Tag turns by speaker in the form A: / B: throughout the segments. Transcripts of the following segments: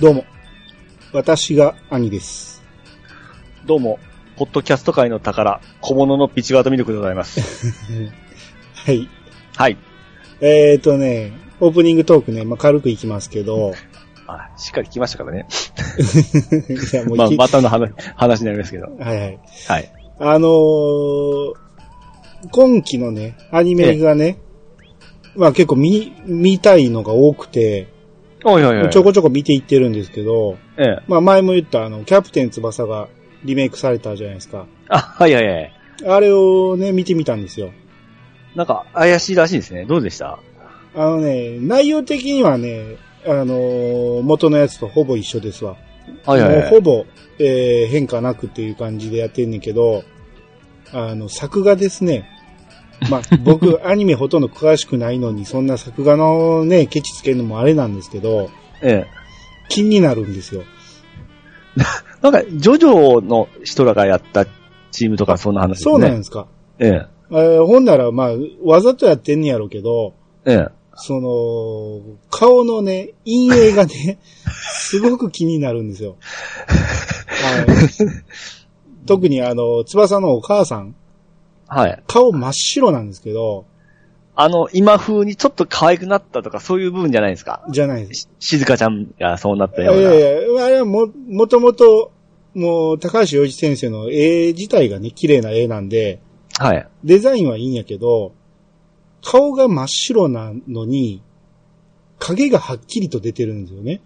A: どうも。私が兄です。
B: どうも、ポッドキャスト界の宝、小物のピチワートミルクでござい ます。
A: はい。
B: はい。
A: えーとね、オープニングトークね、まあ、軽くいきますけ ど、
B: あ、しっかり来ましたからね。
A: いやも
B: まあ、
A: いき
B: またの話、話になりますけど。
A: はいはい。
B: はい。
A: あのー、今期のね、アニメがね、まあ結構見、見たいのが多くて、
B: おいおいおい。
A: ちょこちょこ見ていってるんですけど、
B: ええ。
A: まあ前も言ったあの、キャプテン翼がリメイクされたじゃないですか。
B: あ、はいはいはい。
A: あれをね、見てみたんですよ。
B: なんか、怪しいらしいですね。どうでした
A: あのね、内容的にはね、あのー元のやつとほぼ一緒ですわ。
B: はいはいはい。
A: もうほぼ、えー変化なくっていう感じでやってんねんけど、あの、作画ですね。まあ、 僕、アニメほとんど詳しくないのに、そんな作画のね、ケチつけるのもあれなんですけど、
B: ええ。
A: 気になるんですよ。
B: なんか、ジョジョの人らがやったチームとか、そんな話ですね。
A: そうなんですか。
B: ええ。
A: えーほんなら、まあ、わざとやってんねやろうけど、
B: ええ。
A: その、顔のね、陰影がね、 すごく気になるんですよ。あの特にあの、翼のお母さん、
B: はい。
A: 顔真っ白なんですけど、
B: あの、今風にちょっと可愛くなったとか、そういう部分じゃないですか。
A: じゃないです。
B: し静香ちゃんがそうなった
A: い
B: よ
A: や
B: うな。
A: いやいや、あれはも、もともと、もう、高橋洋一先生の絵自体がね、綺麗な絵なんで、
B: はい。
A: デザインはいいんやけど、顔が真っ白なのに、影がはっきりと出てるんですよね。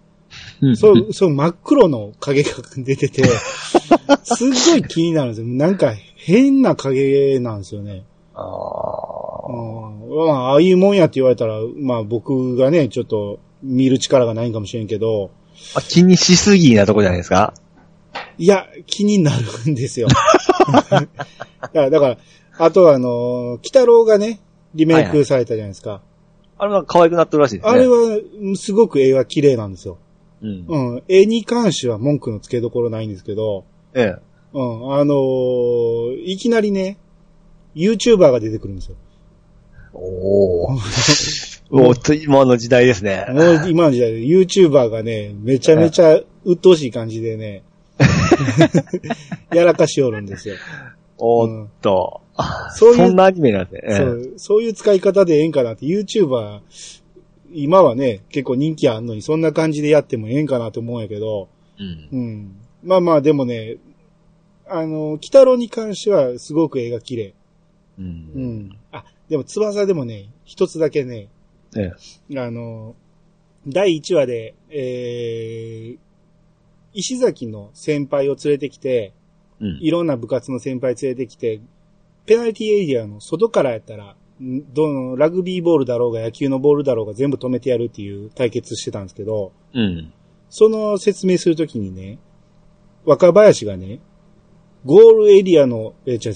A: そ。 う、そう、真っ黒の影が出てて、すっごい気になるんですよ。なんか変な影なんですよね。
B: あ
A: う
B: あ。
A: んまあ、ああいうもんやって言われたら、まあ僕がね、ちょっと見る力がないんかもしれんけど、
B: あ気にしすぎなとこじゃないですか
A: いや、気になるんですよ。だから、だからあとはあのー、鬼太郎がね、リメイクされたじゃないですか。
B: あれは可愛くなってるらしいですね。
A: あれは、すごく絵は綺麗なんですよ。
B: うん。
A: うん、絵に関しては文句の付けどころないんですけど、
B: ええ。
A: うん、あのーいきなりね、YouTuber が出てくるんです よ。
B: おお。もう、と今の時代ですね。
A: もう今の時代で YouTuber がね、めちゃめちゃ鬱陶しい感じで ね、やらかしおるんですよ。
B: おっと。あ
A: そういう
B: そんなアニメなんでね。
A: そ
B: え
A: うそういう使い方でええんかなって、YouTuber、今はね、結構人気あんのに、そんな感じでやってもええんかなと思うんやけど、
B: えうん
A: うん。まあまあ、でもね、あの、北郎に関してはすごく絵が綺麗。
B: う。
A: うんん。あ、でも翼でもね、一つだけね、
B: ええ。
A: あの、第1話で、えー、石崎の先輩を連れてきて、
B: うん。
A: いろんな部活の先輩連れてきて、ペナルティエリアの外からやったら、んどのラグビーボールだろうが野球のボールだろうが全部止めてやるっていう対決してたんですけど、
B: うん。
A: その説明するときにね、若林がね、ゴールエリアの、え、違う違う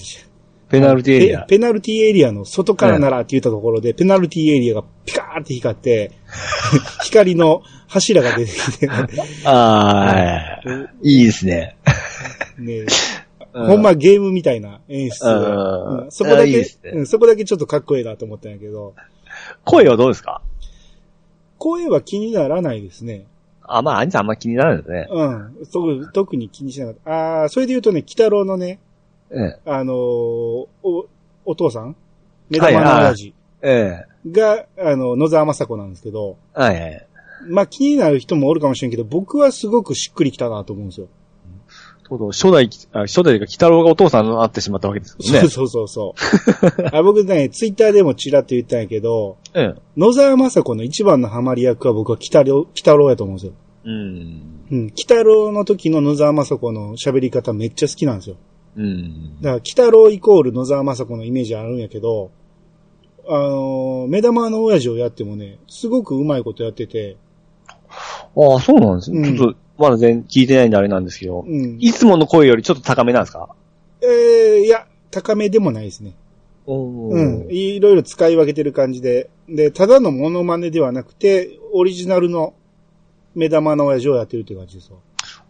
B: ペナルティエリア。
A: ペペナルティエリアの外からならって言ったところで、ペナルティエリアがピカーって光 って、光の柱が出てきて、
B: ああ、いいですね。
A: ね、ほんまゲームみたいな演出で、
B: うん
A: うんそこだけ
B: いやいいですね
A: うんそこだけちょっとかっこいいなと思ったんやけど、
B: 声はどうですか
A: 声は気にならないですね。
B: あ、まあ、兄さんあんま気にならないですね。
A: うん。そう特に気にしなかった。ああ、それで言うとね、鬼太郎のね、
B: え
A: あのーお、お父さん目玉の親父
B: え。え
A: が、あの、野沢雅子なんですけど、
B: え。はいはい。
A: まあ気になる人もおるかもしれんけど、僕はすごくしっくりきたなと思うんですよ。
B: とうとう初代、あ初代が鬼太郎がお父さんになってしまったわけですよ ね。
A: そうそうそうそ う。あ僕ね、ツイッターでもちらっと言ったんやけど、
B: ええ。
A: 野沢雅子の一番のハマり役は僕は北郎、北郎やと思うんですよ。
B: うん。
A: うん。北郎の時の野沢雅子の喋り方めっちゃ好きなんですよ。
B: うん。
A: だから北郎イコール野沢雅子のイメージあるんやけど、あのー目玉の親父をやってもね、すごくうまいことやってて、
B: ああ、そうなんですね。
A: うん
B: ちょっと、まだ全然聞いてないんであれなんですけど、
A: うん。
B: いつもの声よりちょっと高めなんですか
A: えー、いや、高めでもないですね。
B: お
A: うん。
B: ー
A: いろいろ使い分けてる感じで。で、ただのモノマネではなくて、オリジナルの目玉の親父をやってるっていう感じですわ。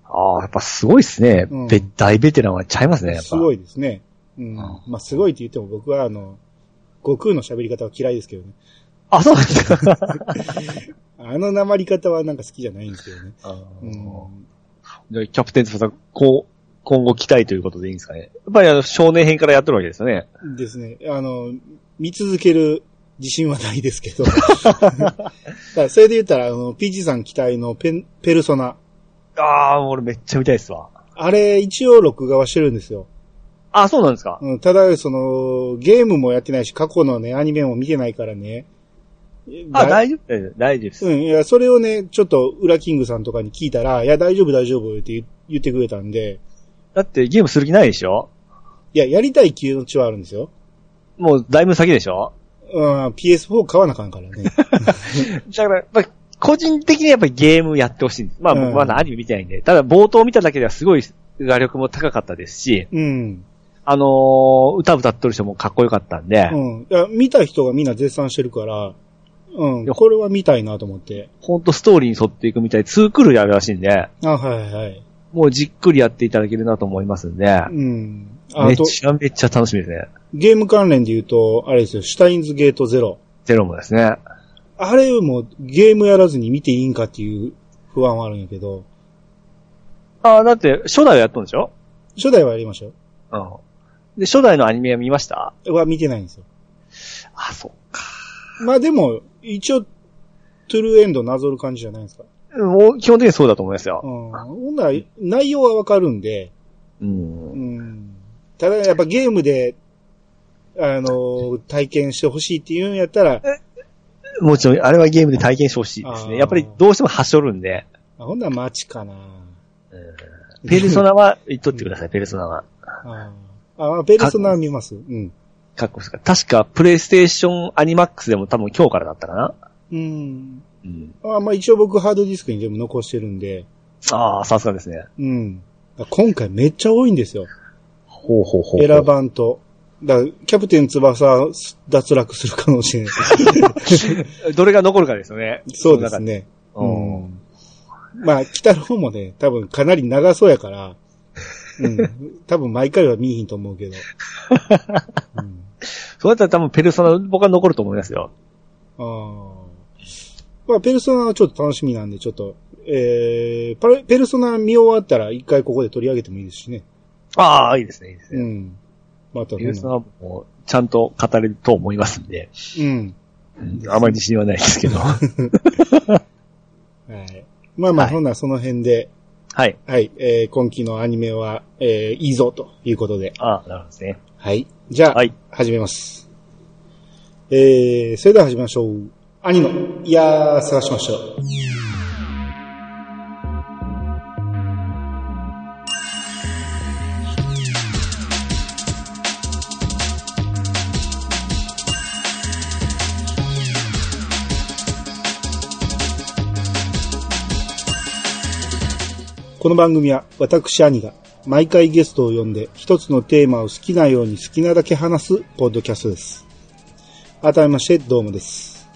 B: ああ、やっぱすごいっすね。
A: うん
B: べ大ベテランはちゃいますね、やっぱ。
A: すご
B: い。
A: いですね。うん。
B: ん
A: まあ、すごいって言っても僕は、あの、悟空の喋り方は嫌いですけどね。
B: あ、そうなんですか。
A: あの鉛り方はなんか好きじゃないんですけどね。
B: あー
A: うん、
B: じゃあキャプテン翼、こう、今後期待ということでいいんですかね。やっぱりあの、少年編からやってるわけですよね。
A: ですね。あの、見続ける自信はないですけ ど。だからそれで言ったら、あの、PG さん期待のペン、ペルソナ。
B: ああ、俺めっちゃ見たいですわ。
A: あれ、一応録画はしてるんですよ。
B: あ、そうなんですか。
A: うん、ただ、その、ゲームもやってないし、過去のね、アニメも見てないからね。
B: あ、
A: だ
B: 大丈夫、大丈夫、大丈夫です。
A: うん、いや、それをね、ちょっと、ウラキングさんとかに聞いたら、いや、大丈夫、大丈夫って言言ってくれたんで、
B: だってゲームする気ないでしょ
A: いや、やりたい気持ちはあるんですよ。
B: もうだいぶ先でしょ
A: うん、PS4 買わなあかんからね。
B: だから、やっぱり個人的にやっぱりゲームやってほしいんです。まあ、
A: うん
B: 僕まだアニメ見てないんで。ただ冒頭見ただけではすごい画力も高かったですし、
A: うん。
B: あのー歌歌ってる人もかっこよかったんで、
A: うん。いや、見た人がみんな絶賛してるから、うん、
B: いや
A: これは見たいなと思って。
B: ほんとストーリーに沿っていくみたいで、ツークールやるらしいんで、
A: あ、はいはい。
B: もうじっくりやっていただけるなと思いますんで、
A: うん。あ
B: め
A: と、
B: ちゃめちゃ楽しみですね。
A: ゲーム関連で言うと、あれですよ、シュタインズゲートゼロ。
B: ゼロもですね。
A: あれもゲームやらずに見ていいんかっていう不安はあるんやけど、
B: ああ、だって初代はやったんでしょ
A: 初代はやりましょ
B: うん。で、初代のアニメは見ました
A: う。は見てないんですよ。
B: あ、そう。
A: まあでも、一応、トゥルーエンドなぞる感じじゃないですか。
B: もう基本的にそうだと思います
A: う
B: よ。
A: ん。ほんなら、内容はわかるんで、
B: うん
A: うん。ただやっぱゲームで、あの、体験してほしいっていうんやったら、
B: もちろん、あれはゲームで体験してほしいです
A: あー
B: ね。やっぱりどうしてもはしょるんで、
A: あほんなら待ちかな。
B: ペルソナは言っとってください、ペルソナは。
A: ああ、ペルソナは見ます。うん。
B: かっこいいですか。確か、プレイステーションアニマックスでも多分今日からだったかな。
A: うん。
B: うん。
A: あまあ一応僕ハードディスクに全部残してるんで、
B: ああ、さすがですね。
A: うん。今回めっちゃ多いんですよ。
B: ほうほうほうほう。
A: 選ばんと。だからキャプテン翼脱落する可能 性
B: どれが残るかですよね。
A: そうですね。
B: その中で。
A: うん。まあ、北の方もね、多分かなり長そうやから、 うん。多分毎回は見えひんと思うけど。うん、
B: そうやったら多分ペルソナ、僕は残ると思いますよ。
A: あーまあ、ペルソナはちょっと楽しみなんで、ちょっと、えーパレ、ペルソナ見終わったら一回ここで取り上げてもいいですしね。
B: ああ、いいですね、いいです
A: う
B: ね。
A: ん。またそ
B: ペ
A: んな
B: ルソナもちゃんと語れると思いますんで、
A: うん。
B: うんあまり自信はないです けど。は
A: はい。まあまあ、
B: はい
A: ほんならその辺で、
B: い。
A: はい、えー今期のアニメは、えーいいぞということで。
B: ああ、なるほどですね。
A: はい。じゃあ、
B: はい
A: 始めます。えー、それでは始めましょう。兄の、いやー、探しましょう。この番組は私兄が毎回ゲストを呼んで一つのテーマを好きなように好きなだけ話すポッドキャストです。改めましてどうもです。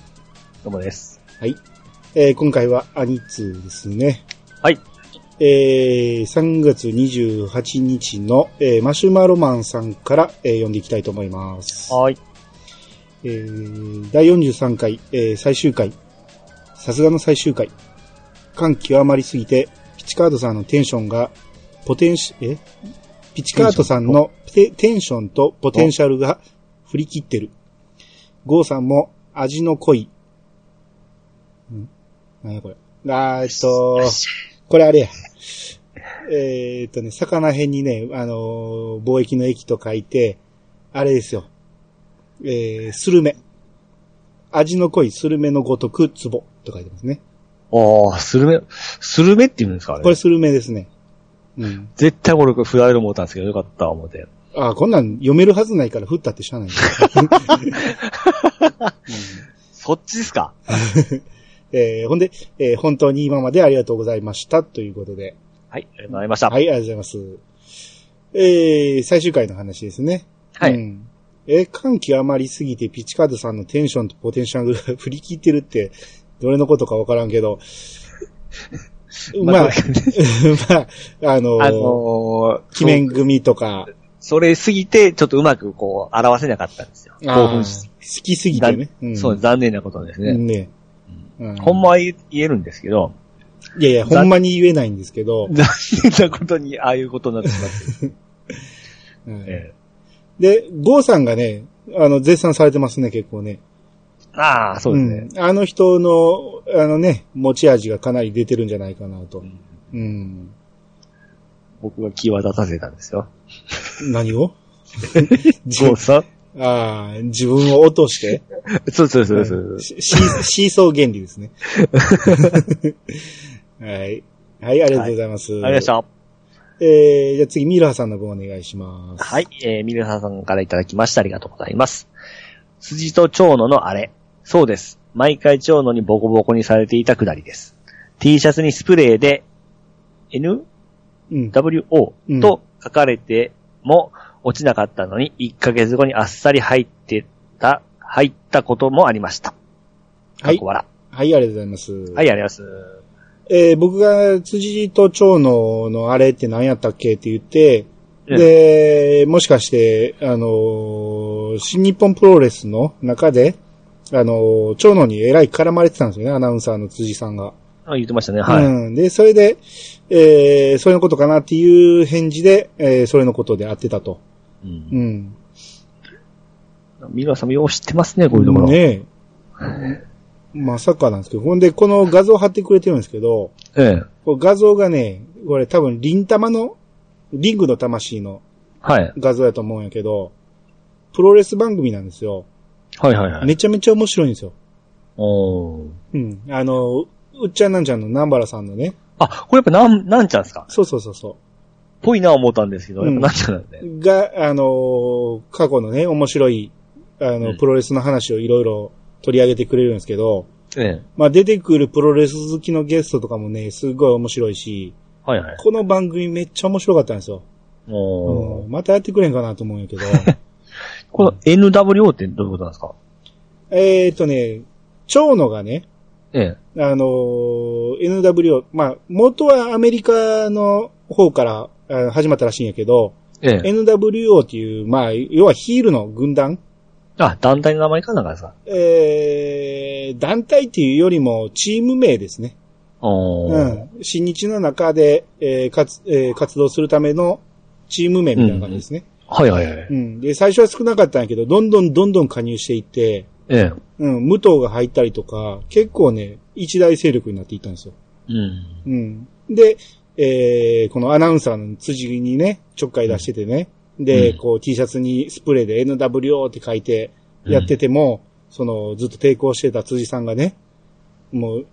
B: どうもです。
A: はい。えー今回は兄通ですね。
B: はい。
A: えー3月28日の、えーマシュマロマンさんから、えー読んでいきたいと思います。
B: はい。
A: えー第43回、えー最終回。さすがの最終回。感極まりすぎて、ピチカートさんのテンションが、ポテンシ、えピチカートさんのテテンションとポテンシャルが振り切ってる。ゴーさんも味の濃い。ん何やこれ。あーえっと、これあれや。えーっとね、魚辺にね、あのー貿易の駅と書いて、あれですよ。えー、スルメ。味の濃いスルメのごとく壺と書いてますね。
B: ああ、スルメ、スルメって言うんですかあれ
A: これスルメですね。うん。
B: 絶対俺振られる思ったんですけど、よかった思って。
A: ああ、こんなん読めるはずないから振ったってしゃあ ない、
B: そっちですか
A: えーほんで、えー本当に今までありがとうございましたということで。
B: はい、ありがとうございました。。
A: はいい、ありがとうございます。えー、最終回の話ですね。
B: はい
A: うんえー、感極まりすぎてピチカードさんのテンションとポテンシャルが振り切ってるって、どれのことかわからんけ ど。まあ、ま あ、あのー
B: あのー、
A: 鬼面組とか、
B: それすぎて、ちょっとうまくこう、表せなかったんですよ。
A: あー
B: 興奮しすぎ
A: 好きすぎてね。ん
B: そう、残念なことですね。
A: ね。う
B: ほんまは言えるんですけど、
A: いやいや、ほんまに言えないんですけど。
B: 残念なことにああいうことになってしまってる。
A: うん
B: え
A: で、ゴーさんがね、あの、絶賛されてますね、結構ね。
B: えああ、そうですね。
A: ん あの人の、あのね、持ち味がかなり出てるんじゃないかなと。うん。
B: 僕が際立たせたん ですよ。
A: 何 をじ
B: ゴーさん
A: あー自分を落として。
B: そうそうそうそう。
A: シシーシーソー原理ですね。 はい。はい、ありがとうございます。
B: ありがとうございました。
A: えー、じゃあ次、ミラーさんの分お願いします。
B: はい、えー、ミルハさんからいただきました。ありがとうございます。辻と蝶野のあれ。そうです。毎回蝶野にボコボコにされていたくだりです。T シャツにスプレーで NWO
A: うん。うん
B: と書かれても落ちなかったのに、1ヶ月後にあっさり入ってた、入ったこともありました。
A: はい
B: かっこ笑
A: はい、ありがとうございます。
B: はい、ありがとうございます。
A: えー僕が辻と蝶野のあれって何やったっけって言って、で、
B: え
A: もしかして、あのー新日本プロレスの中で、あのー蝶野にえらい絡まれてたんですよね、アナウンサーの辻さんが。
B: あ言ってましたね、はい。
A: うん。で、それで、えー、それのことかなっていう返事で、えーそれのことで合ってたと。
B: うん
A: うん。
B: ミルハさんもよう知ってますね、こういうところ。
A: ねえ。まさかなんですけど、ほんで、この画像貼ってくれてるんですけど、
B: ええ。
A: これ画像がね、これ多分リン玉の、リングの魂の
B: はい。
A: 画像やと思うんやけど、プロレス番組なんですよ。
B: はいはいはい。
A: めちゃめちゃ面白いんですよ。
B: おー
A: うん。あの、うっちゃんなんちゃんの南原さんのね。
B: あ、これやっぱなん、なんちゃんですか
A: そうそうそうそ
B: ぽいな思ったんですけど、
A: うん
B: やっぱなんちゃんなんで。
A: う。が、あのー過去のね、面白い、あの、
B: うん
A: プロレスの話をいろいろ取り上げてくれるんですけど、
B: ええ。
A: まあ出てくるプロレス好きのゲストとかもね、すごい面白いし、
B: はいはい。
A: この番組めっちゃ面白かったんですよ。
B: お
A: う
B: ー
A: ん、またやってくれんかなと思うんや けど。
B: この NWO ってどういうことなんですか
A: えーっとね、蝶野がね、
B: ええ。
A: あのー NWO、まあ、元はアメリカの方からあ始まったらしいんやけど、
B: ええ。
A: NWO っていう、まあ、要はヒールの軍団、
B: あ、団体の名前かなんかですか
A: えー、団体っていうよりもチーム名ですね。
B: お
A: う
B: ー。
A: ん。新日の中で、えーかつえー活動するためのチーム名みたいな感じですね。
B: はいはいはい。
A: うん。で、最初は少なかったんやけど、どんどんどんどん加入していって、
B: ええ。
A: うん、武藤が入ったりとか、結構ね、一大勢力になっていったんですよ。
B: うん。
A: うん。で、えー、このアナウンサーの辻にね、ちょっかい出しててね。で、
B: うん
A: こう T シャツにスプレーで NWO って書いてやってても、その、ずっと抵抗してた辻さんがね、もう、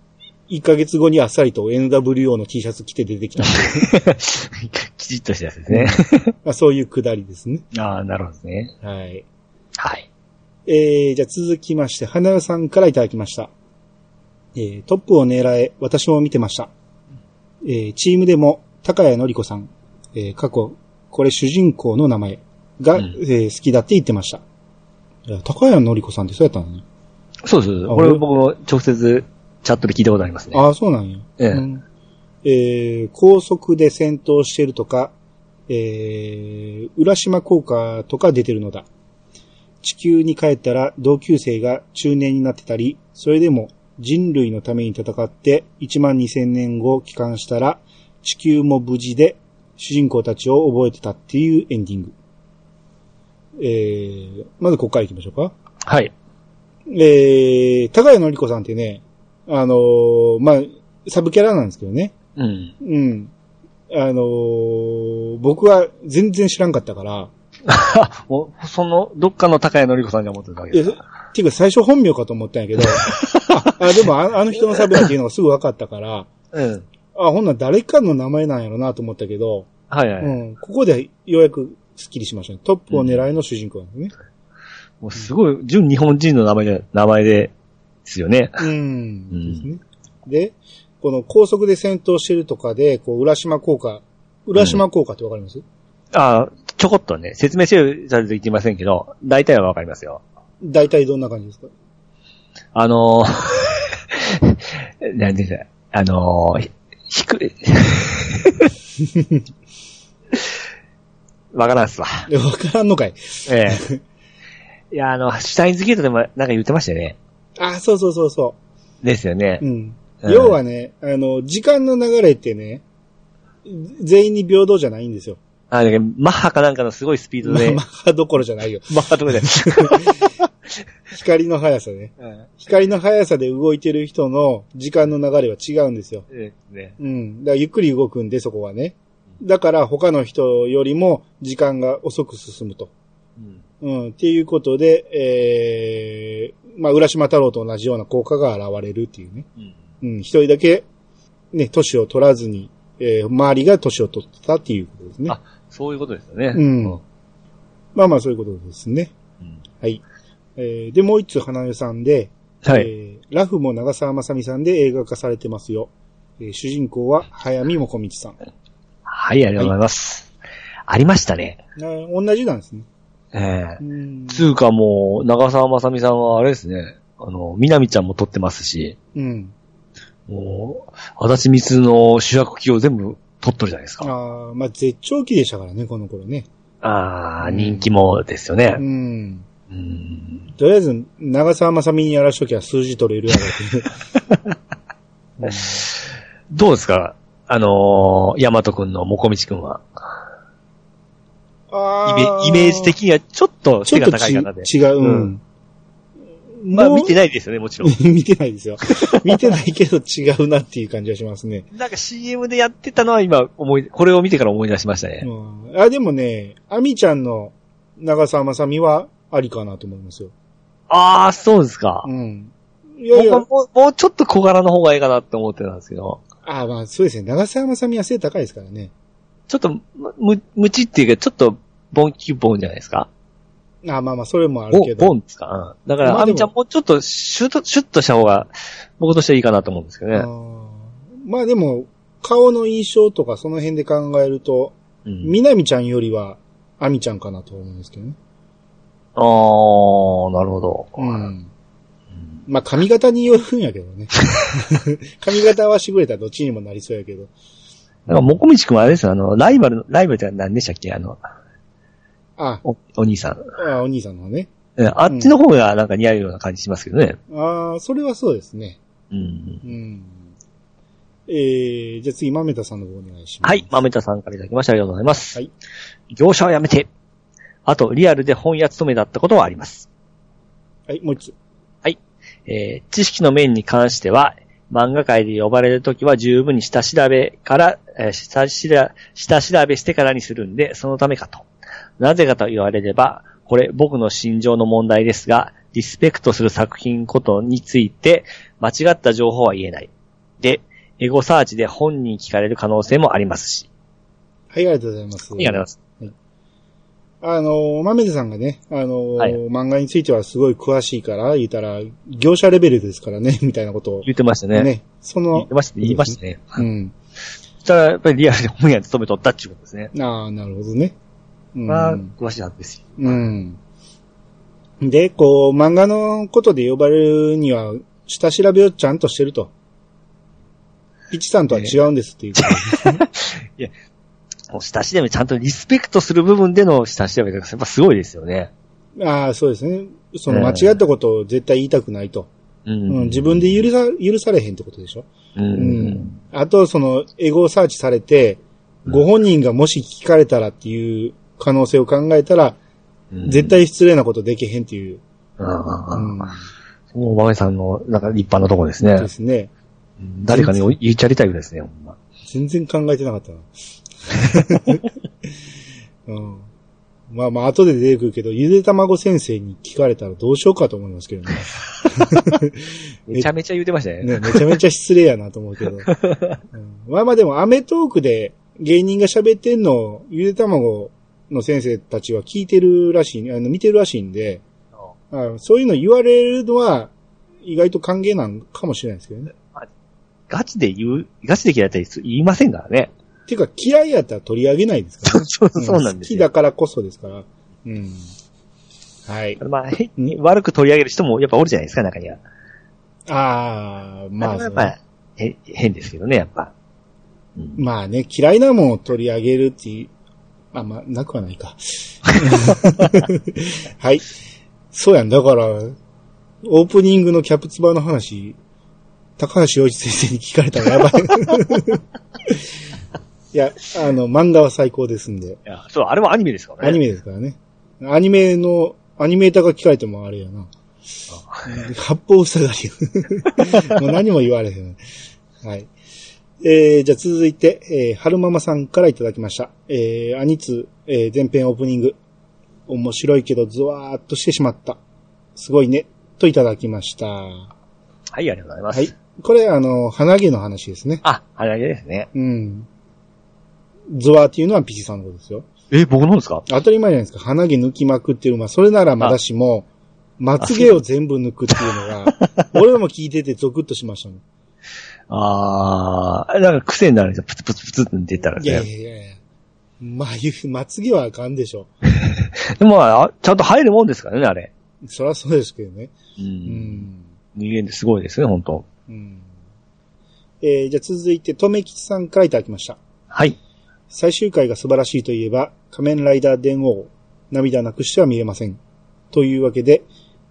A: 1ヶ月後にあっさりと NWO の T シャツ着て出てきた。
B: きちっとしたやつですね。
A: まあ、そういうくだりですね。
B: ああ、なるほどですね。
A: はい。
B: はい。
A: えー、じゃあ続きまして、花代さんからいただきました。えー、トップを狙え、私も見てました。えー、チームでも、高谷のり子さん、えー、過去、これ主人公の名前が、
B: うん
A: えー好きだって言ってました。いや高谷のり子さんってそうやったのね。
B: そうそうそう。
A: あ
B: これ
A: 俺
B: 僕も直接チャットで聞いたことありますね。
A: ああ、そうなんや。
B: ええ
A: うんえー高速で戦闘してるとか、えー浦島効果とか出てるのだ。地球に帰ったら同級生が中年になってたり、それでも人類のために戦って1万2000年後帰還したら地球も無事で主人公たちを覚えてたっていうエンディング。えーまずここから行きましょうか。
B: はい。
A: えー、高谷のり子さんってね、あのーまあ、サブキャラなんですけどね。
B: うん。
A: うん。あのー僕は全然知らんかったから、
B: あ、 もう、その、どっかの高谷のりこさんが持ってたわけ
A: え
B: で
A: そ
B: す
A: っていうか最初本名かと思ったんやけど、ああ、でもああの人のサブだっていうのがすぐ分かったから、
B: うん。
A: あ、ほんなら誰かの名前なんやろなと思ったけど、
B: はいはい。
A: うん、ここでようやくスッキリしましたね。トップを狙いの主人公なんですね。
B: もうすごい、純日本人の名前で、名前で、ですよね。
A: うん。
B: うん
A: ですね。で、この高速で戦闘してるとかで、こう、浦島効果、浦島効果ってわかります、
B: ああ、ちょこっとね、説明しされていきませんけど、大体はわかりますよ。
A: 大体どんな感じですか
B: あのー、 なんていうんですか、あのー、ひ低い。 わからんっすわ。
A: でわからんのかい。
B: ええいや、あの、シュタインズゲートでもなんか言ってましたよね。
A: あ、そうそうそうそ
B: ですよね
A: う。。うん。
B: うん
A: 要はね、あの、時間の流れってね、全員に平等じゃないんですよ。
B: あ、だけどマッハかなんかのすごいスピード
A: まあ
B: で、
A: まあ、どころじゃないよ。
B: マッハとか で。
A: 光の速さね。光の速さで動いてる人の時間の流れは違うんですよ。
B: ですね。
A: うん。だからゆっくり動くんで、そこはね。だから他の人よりも時間が遅く進むと。
B: うん
A: うん。っていうことで、えー、まあ、浦島太郎と同じような効果が現れるっていうね。
B: うん
A: うん。一人だけ、ね、年を取らずに、えー、周りが年を取ってたっていうことですね。
B: あそういうことですよね。
A: うん
B: うん
A: まあまあ、そういうことですね。
B: うん
A: はい。えー、で、もう一つ花代さんで、
B: はい。
A: えーラフも長澤まさみさんで映画化されてますよ。えー主人公は早見もこみちさん。あ
B: はい、ありがとうございます。ありましたね。
A: ー同じなんですね。
B: ええ
A: う。ん。
B: つうかもう、長澤まさみさんはあれですね、あの、みなみちゃんも撮ってますし、
A: うん。
B: もう、足立みつの主役級を全部撮っとるじゃないです
A: あ
B: か。
A: あ、まあ、絶頂期でしたからね、この頃ね。
B: ああ、人気もですよね
A: う。ん。
B: うん。
A: とりあえず、長澤まさみにやらしときゃ数字取れるやろうっていう
B: どうですかあのー、ヤマトくんのもこみちくんは。
A: あ
B: イメ イメージ的にはちょっと
A: ちょ
B: 背
A: っと
B: が高い方で。
A: ち違う。う
B: うんん。まあ見て
A: ない。
B: ないですよね、もちろ ん。
A: 見てない ですよ。見てないけど違うなっていう感じがしますね。
B: なんか CM でやってたのは今思い、これを見てから思い出しましたね。
A: うんあ、でもね、アミちゃんの長澤まさみはありかなと思いますよ。
B: ああ、そうですか。
A: うん。いやい
B: 僕は
A: や、
B: もうもうちょっと小柄の方がいいかなって思ってたんですけど、
A: あまあそうですね。長澤まさみは背高いですからね。
B: ちょっとむ、む、無知っていうか、ちょっと、ボンキュボンじゃないですか。
A: あまあまあ、それもある
B: ボ
A: け
B: ン、
A: ど。
B: ボンですか。うん。だか
A: ま
B: ら、
A: あ
B: ア
A: でも
B: ミちゃんもうちょっと、シュッと、シュッとした方が、僕としてはいいかなと思うんですけど
A: あ
B: ね。
A: ーまあでも、顔の印象とかその辺で考えると、
B: うん。
A: みなみちゃんよりは、あみちゃんかなと思うんですけどね。
B: あー、なるほど。
A: うん。まあ髪型によるんやけど ね。髪型はしぐれたらどっちにもなりそうやけど。
B: なんか、もこみちくんはあれですよ、あの、ライバルの、ライバルって何でしたっけあの、
A: あ、
B: お、お兄さん。
A: あお兄さんのね。
B: うんあっちの方がなんか似合うような感じしますけどね。
A: ああ、それはそうですね。
B: うん。
A: うん。えー、じゃあ次、豆田さんの方お願いします。
B: はい、豆田さんからいただきました。ありがとうございます。
A: はい
B: 業者はやめて。あと、リアルで本屋勤めだったことはあります。
A: はい、もう一つ。
B: えー知識の面に関しては、漫画界で呼ばれるときは十分に下調べから、えー下しら下調べしてからにするんで、そのためかと。なぜかと言われれば、これ僕の心情の問題ですが、リスペクトする作品ことについて、間違った情報は言えない。で、エゴサーチで本人聞かれる可能性もありますし。
A: はい、ありがとうございます。
B: ありがとうございます。
A: あのー、豆田さんがね、あのー
B: はい
A: 漫画についてはすごい詳しいから、言ったら、業者レベルですからね、みたいなことを。
B: 言ってましたね。
A: ね。そ
B: 言っ
A: の
B: て、ましたね。言いましたね。
A: うん。
B: そしたら、やっぱりリアルで本屋に勤めとったっていうことですね。
A: ああ、なるほどね。うん。
B: まあ、詳しいはずですよ。
A: うん。で、こう、漫画のことで呼ばれるには、下調べをちゃんとしてると。ピチさんとは違うんですっていうことですね
B: もう下調べ、ちゃんとリスペクトする部分での下調べがやっぱすごいですよね。
A: ああ、そうですね。その
B: ええ
A: 間違ったことを絶対言いたくないと。
B: う
A: うん、自分で許さ、許されへんってことでしょ。
B: う。。
A: うんあと、その、エゴサーチされて、
B: うん
A: ご本人がもし聞かれたらっていう可能性を考えたら、
B: うん
A: 絶。対失礼なことできへんっていう。
B: ああ
A: う
B: ああ
A: ん。
B: もう、豆さんの、なんか立派なとこですね
A: で。すね。
B: うん誰かにお言いちゃりたいですね、ほんま。
A: 全然考えてなかったな。 うん、まあまあ、後で出てくるけど、ゆでたまご先生に聞かれたらどうしようかと思いますけど ね。
B: めちゃめちゃ言うてましたね。
A: ね、めちゃめちゃ失礼やなと思うけど。うんまあまあでも、アメトークで芸人が喋ってんのを、ゆで卵の先生たちは聞いてるらしい、あの、見てるらしいんで、あそういうの言われるのは、意外と歓迎なんかもしれないですけどね。
B: ガチで言う、ガチで嫌いだったりす言いませんからね。
A: ていうか、嫌いやったら取り上げないですから、ね。
B: そう、 そうなんで
A: 好
B: す
A: き
B: よ
A: だ。からこそですから。うん。はい。
B: まあ、へ悪く取り上げる人もやっぱおるじゃないですか、中には。
A: ああ、ま
B: ま
A: あ
B: あ、、やっぱ、へ変ですけどね、やっぱ。うん
A: まあね、嫌いなもんを取り上げる っていう、あ、まあ、なくはないか。はい。そうやん。だから、オープニングのキャプツバの話、高橋洋一先生に聞かれたら やばい。いや、あの、漫画は最高ですんで。
B: いや、そう、あれもアニメですからね。
A: アニメですからね。アニメの、アニメーターが聞かれてもあれやな。八方塞が り。もう何も言われへん。はい。えー、じゃあ続いて、えー、春ママさんからいただきました。えー、アニツ、えー、前編オープニング。面白いけどズワーっとしてしまった。すごいね。といただきました。は
B: はい、ありがとうございます。
A: い。これ、あの、鼻毛の話ですね。
B: あ、あれですね。
A: うん。ズワーっていうのはピチさんのことですよ。
B: え、僕のですか
A: 当たり前じゃないですか。鼻毛抜きまくってる。まあ、それならまだしも、まつげを全部抜くっていうの が、俺も聞いててゾクッとしましたもん。
B: あー、なんか癖になるんですよ。プツプツプツって出たら
A: いや
B: ね。
A: いやいやいや。まあ、ゆまつげはあかんでしょ。
B: でも、あちゃんと入るもんですからね、あれ。
A: そりゃそうですけどね。
B: う。
A: うんん。
B: 人間ってすごいですね、本当
A: うん。えーじゃあ続いて、とめきちさんからいただきました。
B: はい。
A: 最終回が素晴らしいといえば、仮面ライダー伝王、涙なくしては見えません。というわけで、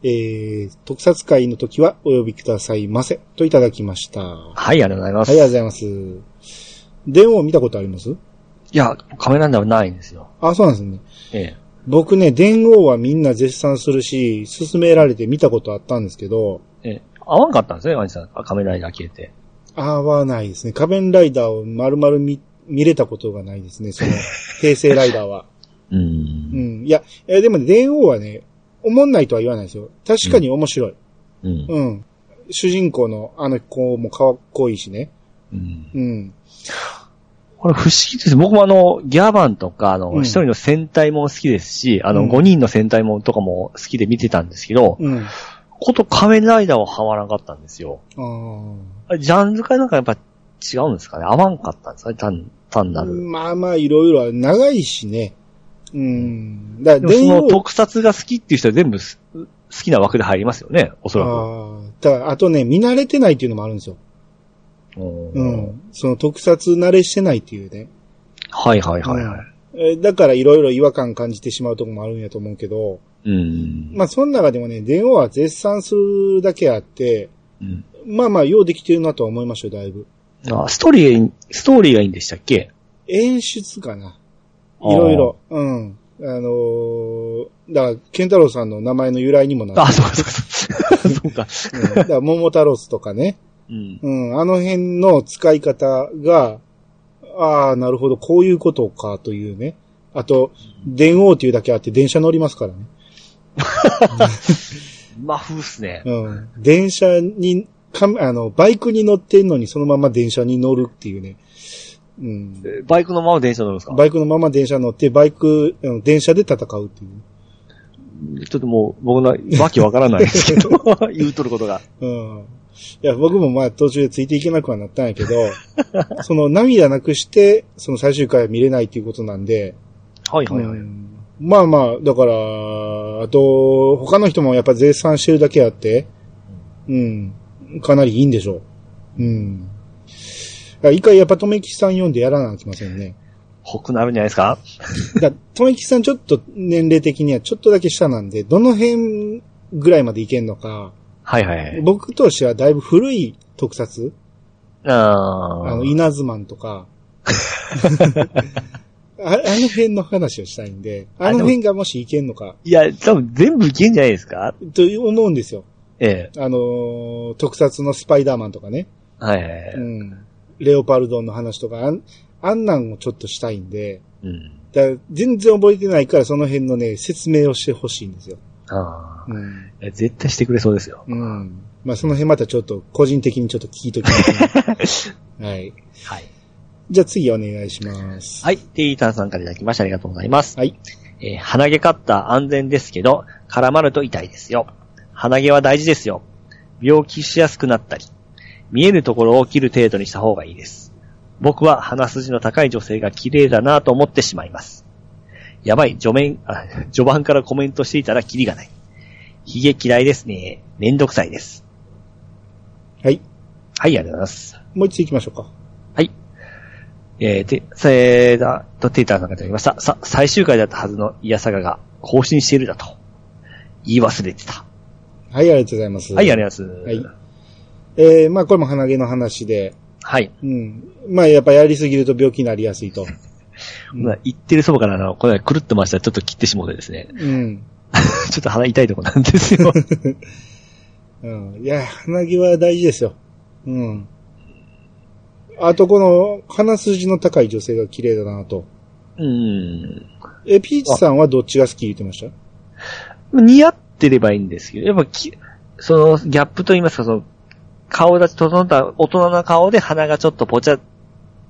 A: えー、特撮会の時はお呼びくださいませ。といただきました。は
B: はい、ありがとうございま
A: い、あ
B: す。
A: りがとう
B: い
A: ございます。伝王見たことあります
B: や、カメランダーはないんですよ。
A: あ、そうなんですね。
B: ええ。
A: 僕ね、伝王はみんな絶賛するし、勧められて見たことあったんですけど、
B: ええ。合わんかったんですね、ワニさん。カメランダー消えて。
A: 合わないですね。仮面ライダーを丸々見、見れたことがないですね。 その、平成ライダーは。
B: う。
A: うんん。いや、えーでもね、電王はね、おもんないとは言わないですよ。確かに面白い。
B: うん。
A: うん。主人公のあの子もかっこいいしね。
B: うん。
A: うん。
B: これ不思議です。僕もあの、ギャバンとか、あ
A: うん
B: の、一人の戦隊も好きですし、あ
A: う
B: の、
A: ん
B: 5人の戦隊もんとかも好きで見てたんですけど、
A: うん。あ
B: こと仮面ライダーはハマらなかったんですよ。
A: あー。
B: あれジャンルかなんかやっぱ違うんですかね合わんかったんですかね単、単なる。
A: まあまあ、いろいろある長いしね。うん。だ
B: で
A: から
B: もそ
A: 電
B: の
A: 王。
B: 特撮が好きっていう人は全部す好きな枠で入りますよね、おそらく。
A: ああ。だから、あとね、見慣れてないっていうのもあるんですよ。う
B: うん
A: ん。その特撮慣れしてないっていうね。
B: はいはいはいはい。
A: えーだからいろいろ違和感感じてしまうとこもあるんやと思うけど、
B: うん。
A: まあその中でもね、電王は絶賛するだけあって、
B: うん
A: まあまあ、ようできてるなとは思いましたよ、だいぶ。
B: あストーリー、ストーリーがいいんでしたっけ
A: 演出かな。
B: あー
A: いろいろ。うん。あのー、だから、ケンタロウさんの名前の由来にもな る。
B: あ、そうかそうか。 そううんか。
A: だから、桃太郎とかね。
B: うん。
A: うん。あの辺の使い方が、ああ、なるほど、こういうことか、というね。あと、電王っていうだけあって電車乗りますからね。
B: まあ、風っすね。
A: うん。電車に、かあの、バイクに乗ってんのにそのまま電車に乗るっていうね。うん。
B: えバイクのまま電車乗るんですか
A: バイクのまま電車乗って、バイク、うん電車で戦うっていう。
B: ちょっともう、僕のわけわからないで すけど、言うとることが。
A: うん。いや、僕もまあ途中でついていけなくはなったんやけど、その涙なくして、その最終回は見れないっていうことなんで、
B: はいはいは
A: う
B: い。
A: んまあまあ、だから、あと、他の人もやっぱ絶賛してるだけあって、うん、かなりいいんでしょう。うん。だから一回やっぱとめきさん読んでやらなきゃいけません ね。
B: 濃くなるんじゃないですか
A: だとめきさんちょっと年齢的にはちょっとだけ下なんで、どの辺ぐらいまでいけんのか、
B: はいはいはい。
A: 僕としてはだいぶ古い特撮
B: あ
A: あの、
B: ー
A: イナズマンと か、ああの辺の話をしたいんで、あの辺がもしいけんのか、
B: いや、多分全部いけんじゃないですか
A: と思うんですよ。
B: ええ。
A: あのー特撮のスパイダーマンとかね、
B: はいはいは
A: う
B: い。
A: ん、レオパルドンの話とか、あんあんなんをちょっとしたいんで、
B: うん。
A: だから全然覚えてないからその辺のね、説明をしてほしいんですよ。
B: ああ。
A: うん。
B: いや絶対してくれそうですよ。
A: うん。まあ、その辺またちょっと個人的にちょっと聞いときます、 ね。はい。
B: はい。
A: じゃあ次お願いします。
B: はい。ティータンさんからいただきましてありがとうございます。
A: はい。
B: えー鼻毛カッター安全ですけど、絡まると痛いですよ。鼻毛は大事ですよ。病気しやすくなったり、見えるところを切る程度にした方がいいです。僕は鼻筋の高い女性が綺麗だなと思ってしまいます。やばい、序面、あ 序盤からコメントしていたらキリがない。髭嫌いですね。めんどくさいです。
A: はい。
B: はい、ありがとうございます。
A: もう一つ行きましょうか。
B: はい。えー、で、せーだ、と、テーターさんがいただきました。さ、最終回だったはずのイヤサガが更新しているだと。言い忘れてた。
A: はい、ありがとうございます。
B: はい、ありがとうござ
A: はいい
B: ます。。
A: えー、まあこれも鼻毛の話で、
B: はい。
A: うん。まあやっぱやりすぎると病気になりやすいと。うん
B: まあ、言ってるそばから、あの、この間狂ってましたらちょっと切ってしもうてですね。
A: うん。
B: ちょっと鼻痛いとこなんです よ。
A: うん。いや、鼻毛は大事ですよ。うん。あとこの、鼻筋の高い女性が綺麗だなと。
B: うん。
A: え、ピーチさんはどっちが好き言ってました
B: 似合ってればいいんですけど、やっぱき、その、ギャップと言いますか、その、顔立ち整った大人の顔で鼻がちょっとぽちゃっ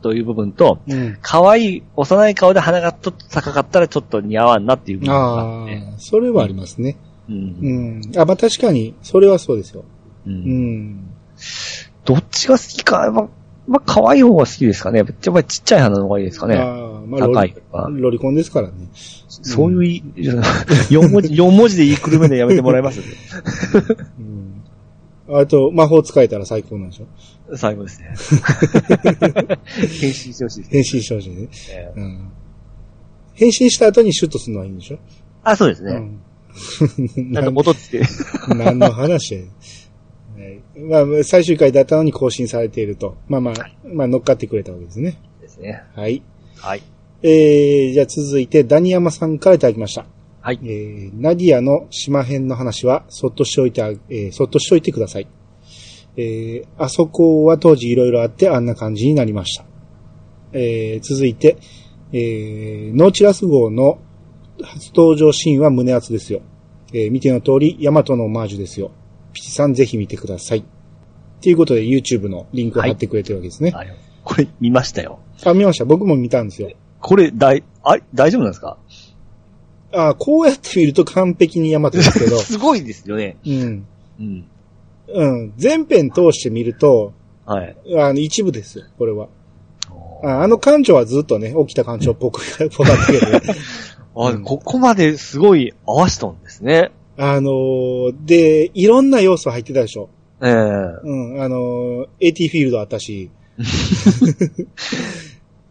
B: という部分と、
A: うん。
B: 可愛い、幼い顔で鼻がちょっと高かったらちょっと似合わんなっていう部分があ
A: あ
B: って。
A: あ、それはありますね。
B: う。
A: うんん。あ、まあ確かに、それはそうですよ。
B: う。
A: うんん。
B: どっちが好きか、やっぱ、まあ、可愛い方が好きですかね。やっぱりちっちゃい鼻の方がいいですかね。
A: ああ、まあロ
B: 高い
A: リ、ロリコンですからね。
B: そういうい、4文字、 四文字で言いくるめでやめてもらえます
A: うん。あと、魔法使えたら最高なんでしょ
B: 最後ですね。変身してほしいですね
A: 変身してほしいね。うん。変身した後にシュッとするのはいいんでしょ
B: あ、そうです
A: う
B: ね。
A: ん。
B: なんか戻ってきて。
A: 何の話やねんはいまあ、最終回だったのに更新されていると。まあまあ、まあ乗っかってくれたわけですね。
B: ですね。
A: はい。
B: はい。
A: えー、じゃあ続いて、ダニヤマさんからいただきました。
B: はい
A: え。ー、ナディアの島編の話は、そっとしておいてあ、えーそっとしておいてください。えー、あそこは当時いろいろあって、あんな感じになりました。えー、続いて、えー、ノーチラス号の初登場シーンは胸熱ですよ。えー、見ての通り、ヤマトのオマージュですよ。ピチさんぜひ見てください。ということで、YouTube のリンクを貼ってくれてるわけですね。
B: あれこれ見ましたよ。
A: あ、見ました。僕も見たんですよ。
B: これ、だい、あ、大丈夫なんですか
A: あこうやって見ると完璧にヤマトですけ ど、
B: すごいですよね。
A: うん。
B: うん。
A: うん。全編通して見ると、
B: はい。
A: あの、一部ですよ、これは。ああの感情はずっとね、起きた感情っぽく、ぽかったけど、
B: あ、ここまですごい合わしとんですね。
A: あのーで、いろんな要素入ってたでしょ。
B: ええ
A: うん、あのー、AT フィールドあったし。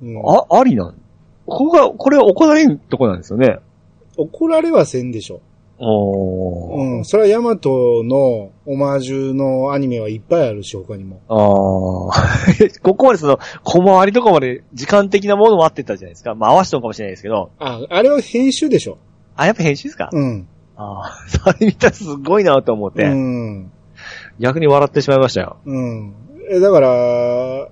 A: うん
B: あ、ありなん。ここが、これは行われんとこなんですよね。
A: 怒られはせんでしょ。
B: おー。
A: うん、それはヤマトのオマージュのアニメはいっぱいあるし、他にも。
B: ああ。 ここまでその、小回りとかまで時間的なものもあってたじゃないですか。まあ合わしとんかもしれないですけど。
A: あ、あれは編集でしょ。
B: あ、やっぱ編集ですか、
A: うん。
B: ああ。 それ見たらすごいなと思って、
A: うん。
B: 逆に笑ってしまいましたよ。
A: うん。えだから、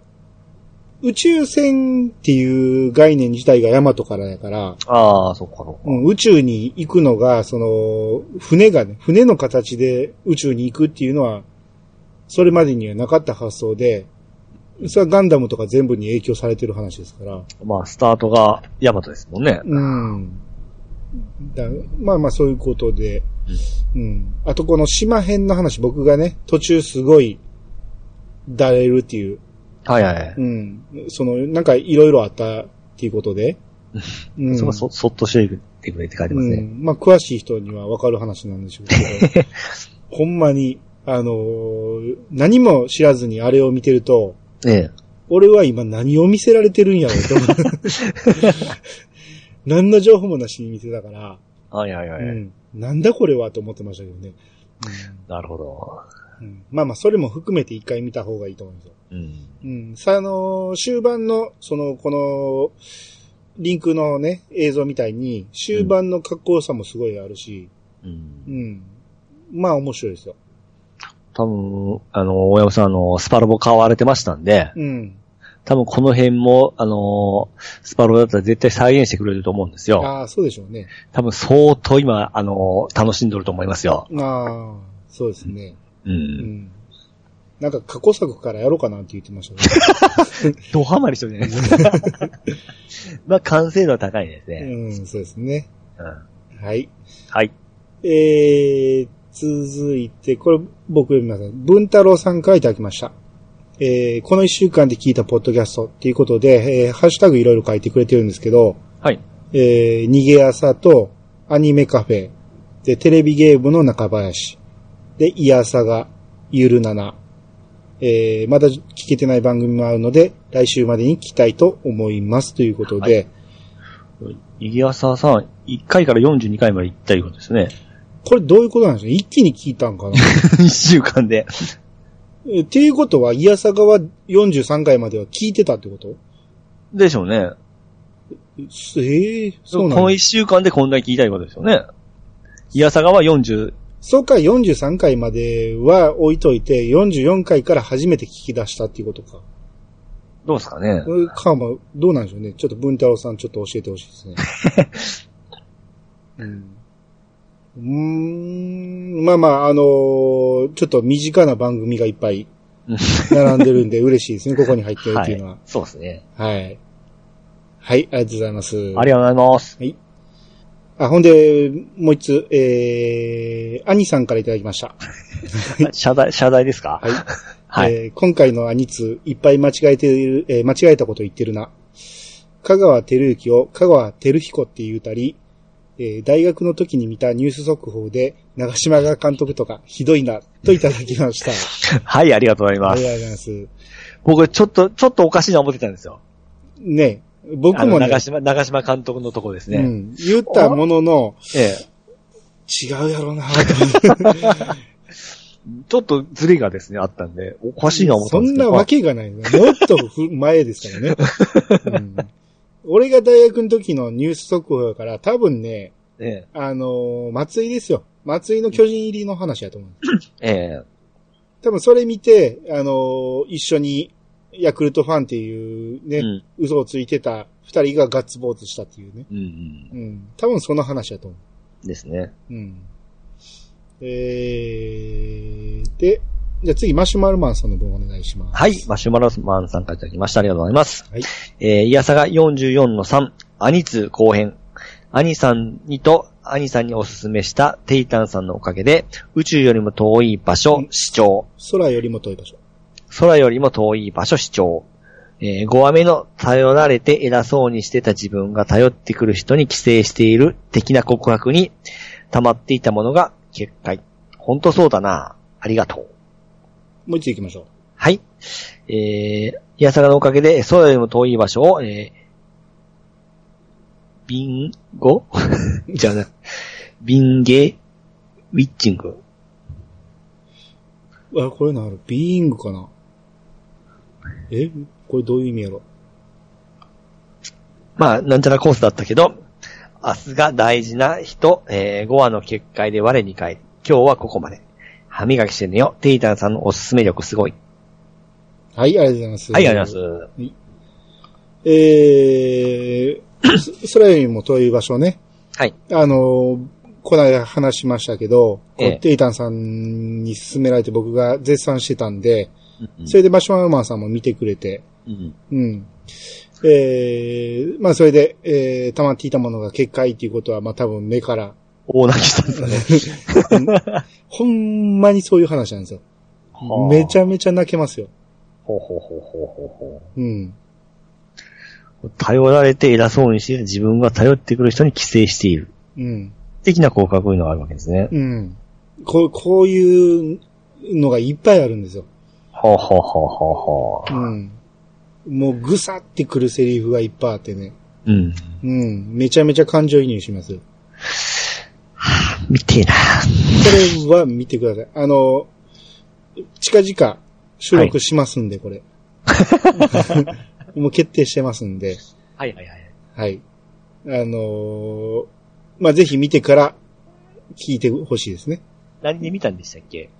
A: 宇宙船っていう概念自体がヤマトからやから、
B: ああ、そっかそっか。
A: うん、宇宙に行くのが、その、船がね、船の形で宇宙に行くっていうのは、それまでにはなかった発想で、それはガンダムとか全部に影響されてる話ですから。
B: まあ、スタートがヤマトですもんね。
A: うん。だまあまあそういうことで、うん。あとこの島編の話、僕がね、途中すごい、だれるっていう、
B: はいはい。
A: うん。その、なんかいろいろあったっていうこと で。う
B: そこそ、そっとしててくれって書いてます
A: う
B: ね。
A: ん。まあ、詳しい人にはわかる話なんでしょうけ ど。ほんまに、あのー何も知らずにあれを見てると、
B: ええ。
A: 俺は今何を見せられてるんやろうと 思う。何の情報もなしに見てたから、
B: はいはいはい。
A: うん。なんだこれはと思ってましたけどね。
B: なるほど。
A: うんうんまあまあ、それも含めて一回見た方がいいと思うんですよ。
B: うん。
A: うん。さあ、のー終盤の、その、この、リンクのね、映像みたいに、終盤の格好さもすごいあるし、
B: うん
A: う。ん。まあ、面白いですよ。
B: 多分、あの、大山さん、あの、スパロボ買われてましたんで、
A: うん。
B: 多分この辺も、あの、スパロボだったら絶対再現してくれると思うんですよ。
A: ああ、そうでしょうね。
B: 多分相当今、あの、楽しんどると思いますよ。
A: ああ、そうですね。
B: う。
A: うんん。なんか過去作からやろうかなって言ってましたね。
B: ドハマりしてるじゃ ないですか。まあ、完成度は高いですね。
A: うん、そうですね。
B: うん
A: はい。
B: はい。
A: えー、続いて、これ僕読みません。文太郎さんからいただきました。えー、この一週間で聞いたポッドキャストっていうことで、えー、ハッシュタグいろいろ書いてくれてるんですけど、
B: はい。
A: えー、逃げ朝とアニメカフェ、で、テレビゲームの中林、で、イヤサガ、ゆるなな、えー、まだ聞けてない番組もあるので、来週までに聞きたいと思いますということで、
B: イギアサさん、1回から42回まで行ったいうことですね。
A: これどういうことなんでしょう一気に聞いたんかな
B: 一週間で。
A: えっていうことは、イヤサガは43回までは聞いてたってこと
B: でしょうね。
A: ええそうな
B: この
A: の
B: 一週間でこんだけ聞いたいことですよね。いやさがは40、
A: そうか、43回までは置いといて、44回から初めて聞き出したっていうことか。
B: どうですかね。
A: うんかも、どうなんでしょうね。ちょっと文太郎さん、ちょっと教えてほしいです ね。うん、うーんまあまあ、あのーちょっと身近な番組がいっぱい
B: うん
A: 並んでるんで嬉しいです ね。ここに入ってるっていうのは。
B: そうですね。
A: はい。はい、はいありがとうございます。
B: ありがとうございます。
A: あ、ほんで、もう一つ、えー、兄さんからいただきました。
B: 謝罪、謝罪ですか
A: はい。
B: はい。
A: えー今回のアニツ、いっぱい間違えている、えー間違えたこと言ってるな。香川照之を香川照彦って言うたり、えー大学の時に見たニュース速報で、長島が監督とか、ひどいな、といただきました。
B: はい、 ありがとうござい
A: あ
B: ま
A: り
B: す。
A: がとうございます。
B: 僕、ちょっと、ちょっとおかしいな思ってたんですよ。
A: ね、僕
B: あの、
A: もね、
B: 長島、長島監督のとこです
A: う
B: ね。
A: ん、言ったものの、
B: ええ。
A: 違うやろうな、と思って
B: ちょっとズレがですね、あったんで、おかしいな思った
A: そ
B: んです
A: ん
B: けど。
A: なわけがない。もっとふ前です からね、うん俺が大学の時のニュース速報やから、多分ね、
B: ええ。
A: あのー松井ですよ。松井の巨人入りの話やと思う。
B: ええ。
A: 多分それ見て、あのー一緒にヤクルトファンっていうね、
B: うん
A: 嘘をついてた二人がガッツポーズしたっていうね。
B: うんうん。
A: うん。多分その話やと思
B: ですね。
A: う。うん。えー、で、じゃあ次、マシュマロマンさんの分お願いします。
B: はい。マシュマロマンさんからいただきました。ありがとうございます。
A: はい
B: えー、いやさが44の3、アニツ後編。アニさんにと、アニさんにおすすめしたテイタンさんのおかげで、宇宙よりも遠い場
A: う
B: 所
A: ん、
B: 視聴。
A: 空よりも遠い場所。
B: 空よりも遠い場所、視聴。えー、5話目の頼られて偉そうにしてた自分が頼ってくる人に寄生している的な告白に溜まっていたものが結界。ほんとそうだな。ありがとう。
A: もう一度行きましょう。
B: はい。えー、いやさがのおかげで、空よりも遠い場所を、えー、ビンゴ じゃあな、ビンゲウィッチング。
A: あ、これなる。ビーイングかな。えこれどういう意味やろ
B: まあ、なんちゃらコースだったけど、明日が大事な人、えー、5話の結界で我に返る。今日はここまで。歯磨きしてねよ。テイタンさんのおすすめ力すごい。
A: はい、ありがとうございます。
B: はい、ありがとうございます。
A: えー、そそれよりも遠い場所ね。
B: はい。
A: あのー、この間話しましたけど、
B: ええ
A: テイタンさんに勧められて僕が絶賛してたんで、
B: うん
A: それでマシュマロマンさんも見てくれて、
B: うん
A: うん。えー、まあそれで、えー、溜まっていたものが結界っていうことは、まあ多分目から、
B: 大泣きしたんですかね。
A: ほんまにそういう話なんですよ。めち
B: ゃ。
A: ゃめちゃ泣けますよ。
B: ほうほうほうほうほうほう。
A: うん。
B: 頼られて偉そうにして自分が頼ってくる人に寄生している。
A: うん。
B: 的な効果こういうのがあるわけですね。
A: うん。こう、こういうのがいっぱいあるんですよ。
B: ほうほうほうほうほう。
A: うん。もうぐさってくるセリフがいっぱいあってね。
B: うん。
A: うん。めちゃめちゃ感情移入しますよ。
B: 見てえな。
A: これは見てください。あの、近々収録しますんで、これ。 もう決定してますんで。
B: はいはいはい。
A: はい。あのーまあ、ぜひ見てから聞いてほしいですね。
B: 何で見たんでしたっけ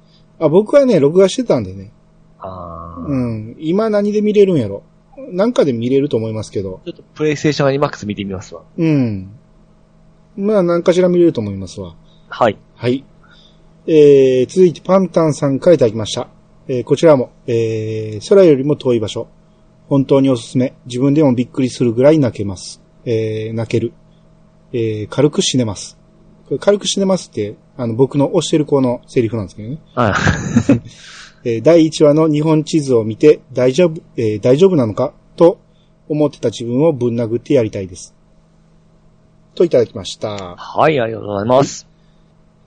A: あ、僕はね、録画してたんでね。
B: あー。
A: うん。今何で見れるんやろ。なんかで見れると思いますけど。
B: ちょっとプレイステーションアニマックス見てみますわ。
A: うん。まあ、何かしら見れると思いますわ。
B: はい。
A: はい。えー、続いてパンタンさんからいただきました。えー、こちらも、えー、空よりも遠い場所。本当におすすめ。自分でもびっくりするぐらい泣けます。えー、泣ける。えー、軽く死ねます。これ軽く死ねますって、あの、僕の推してる子のセリフなんですけどね。
B: あ
A: えー第1話の日本地図を見て大丈夫、えー大丈夫なのかと思ってた自分をぶん殴ってやりたいです。といただきました。
B: はい、ありがとうございます。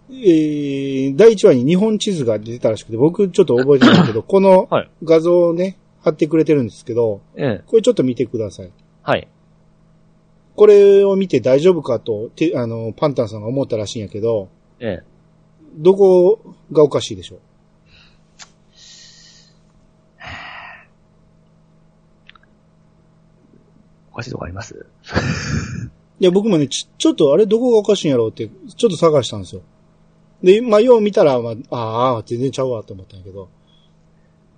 A: えー第1話に日本地図が出てたらしくて、僕ちょっと覚えてないけ ど、この
B: はい
A: 画像をね、貼ってくれてるんですけど、
B: ええ。
A: これちょっと見てください。
B: はい。
A: これを見て大丈夫かと、てあの、パンタンさんが思ったらしいんやけど、
B: ええ。
A: どこがおかしいでしょう
B: おかしいとこあります
A: いや、僕もね、ち、ちょっとあれどこがおかしいんやろうって、ちょっと探したんですよ。で、まあ、よう見たら、まあ、ああ、全然ちゃうわと思ったんやけど、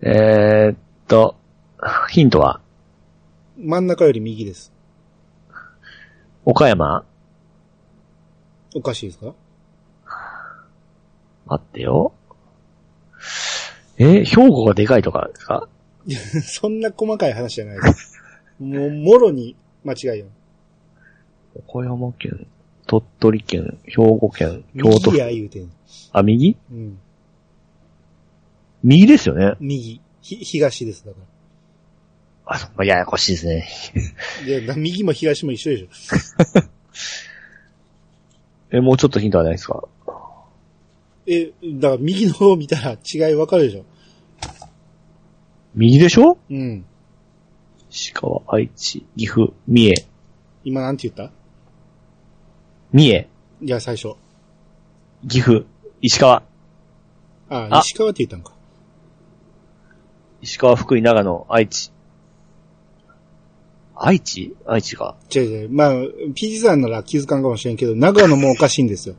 B: えーっと、ヒントは、
A: 真ん中より右です。
B: 岡山
A: おかしいですか
B: 待ってよ。え、兵庫がでかいとかですか
A: そんな細かい話じゃないです。もう、もろに間違いよ。
B: 岡山県、鳥取県、兵庫県、京都
A: 右
B: 府。
A: や言うてん。
B: あ、右
A: うん。
B: 右ですよね。
A: 右。ひ、東です。だか
B: あ、そっかややこしいですね。
A: ら。いや、な右も東も一緒でしょ。
B: え、もうちょっとヒントはないですか
A: え、だから右の方見たら違いわかるでしょ。
B: 右でしょ
A: うん。
B: 石川、愛知、岐阜、三重、
A: 今なんて言った
B: 三重、
A: いや、最初。
B: 岐阜、石川、
A: あ、
B: あ
A: 石川って言ったんか。
B: 石川、福井、長野、愛知。愛知愛知か。
A: 違う違う。まあ、PG さんなら気づかんかもしれんけど、長野もおかしいんですよ。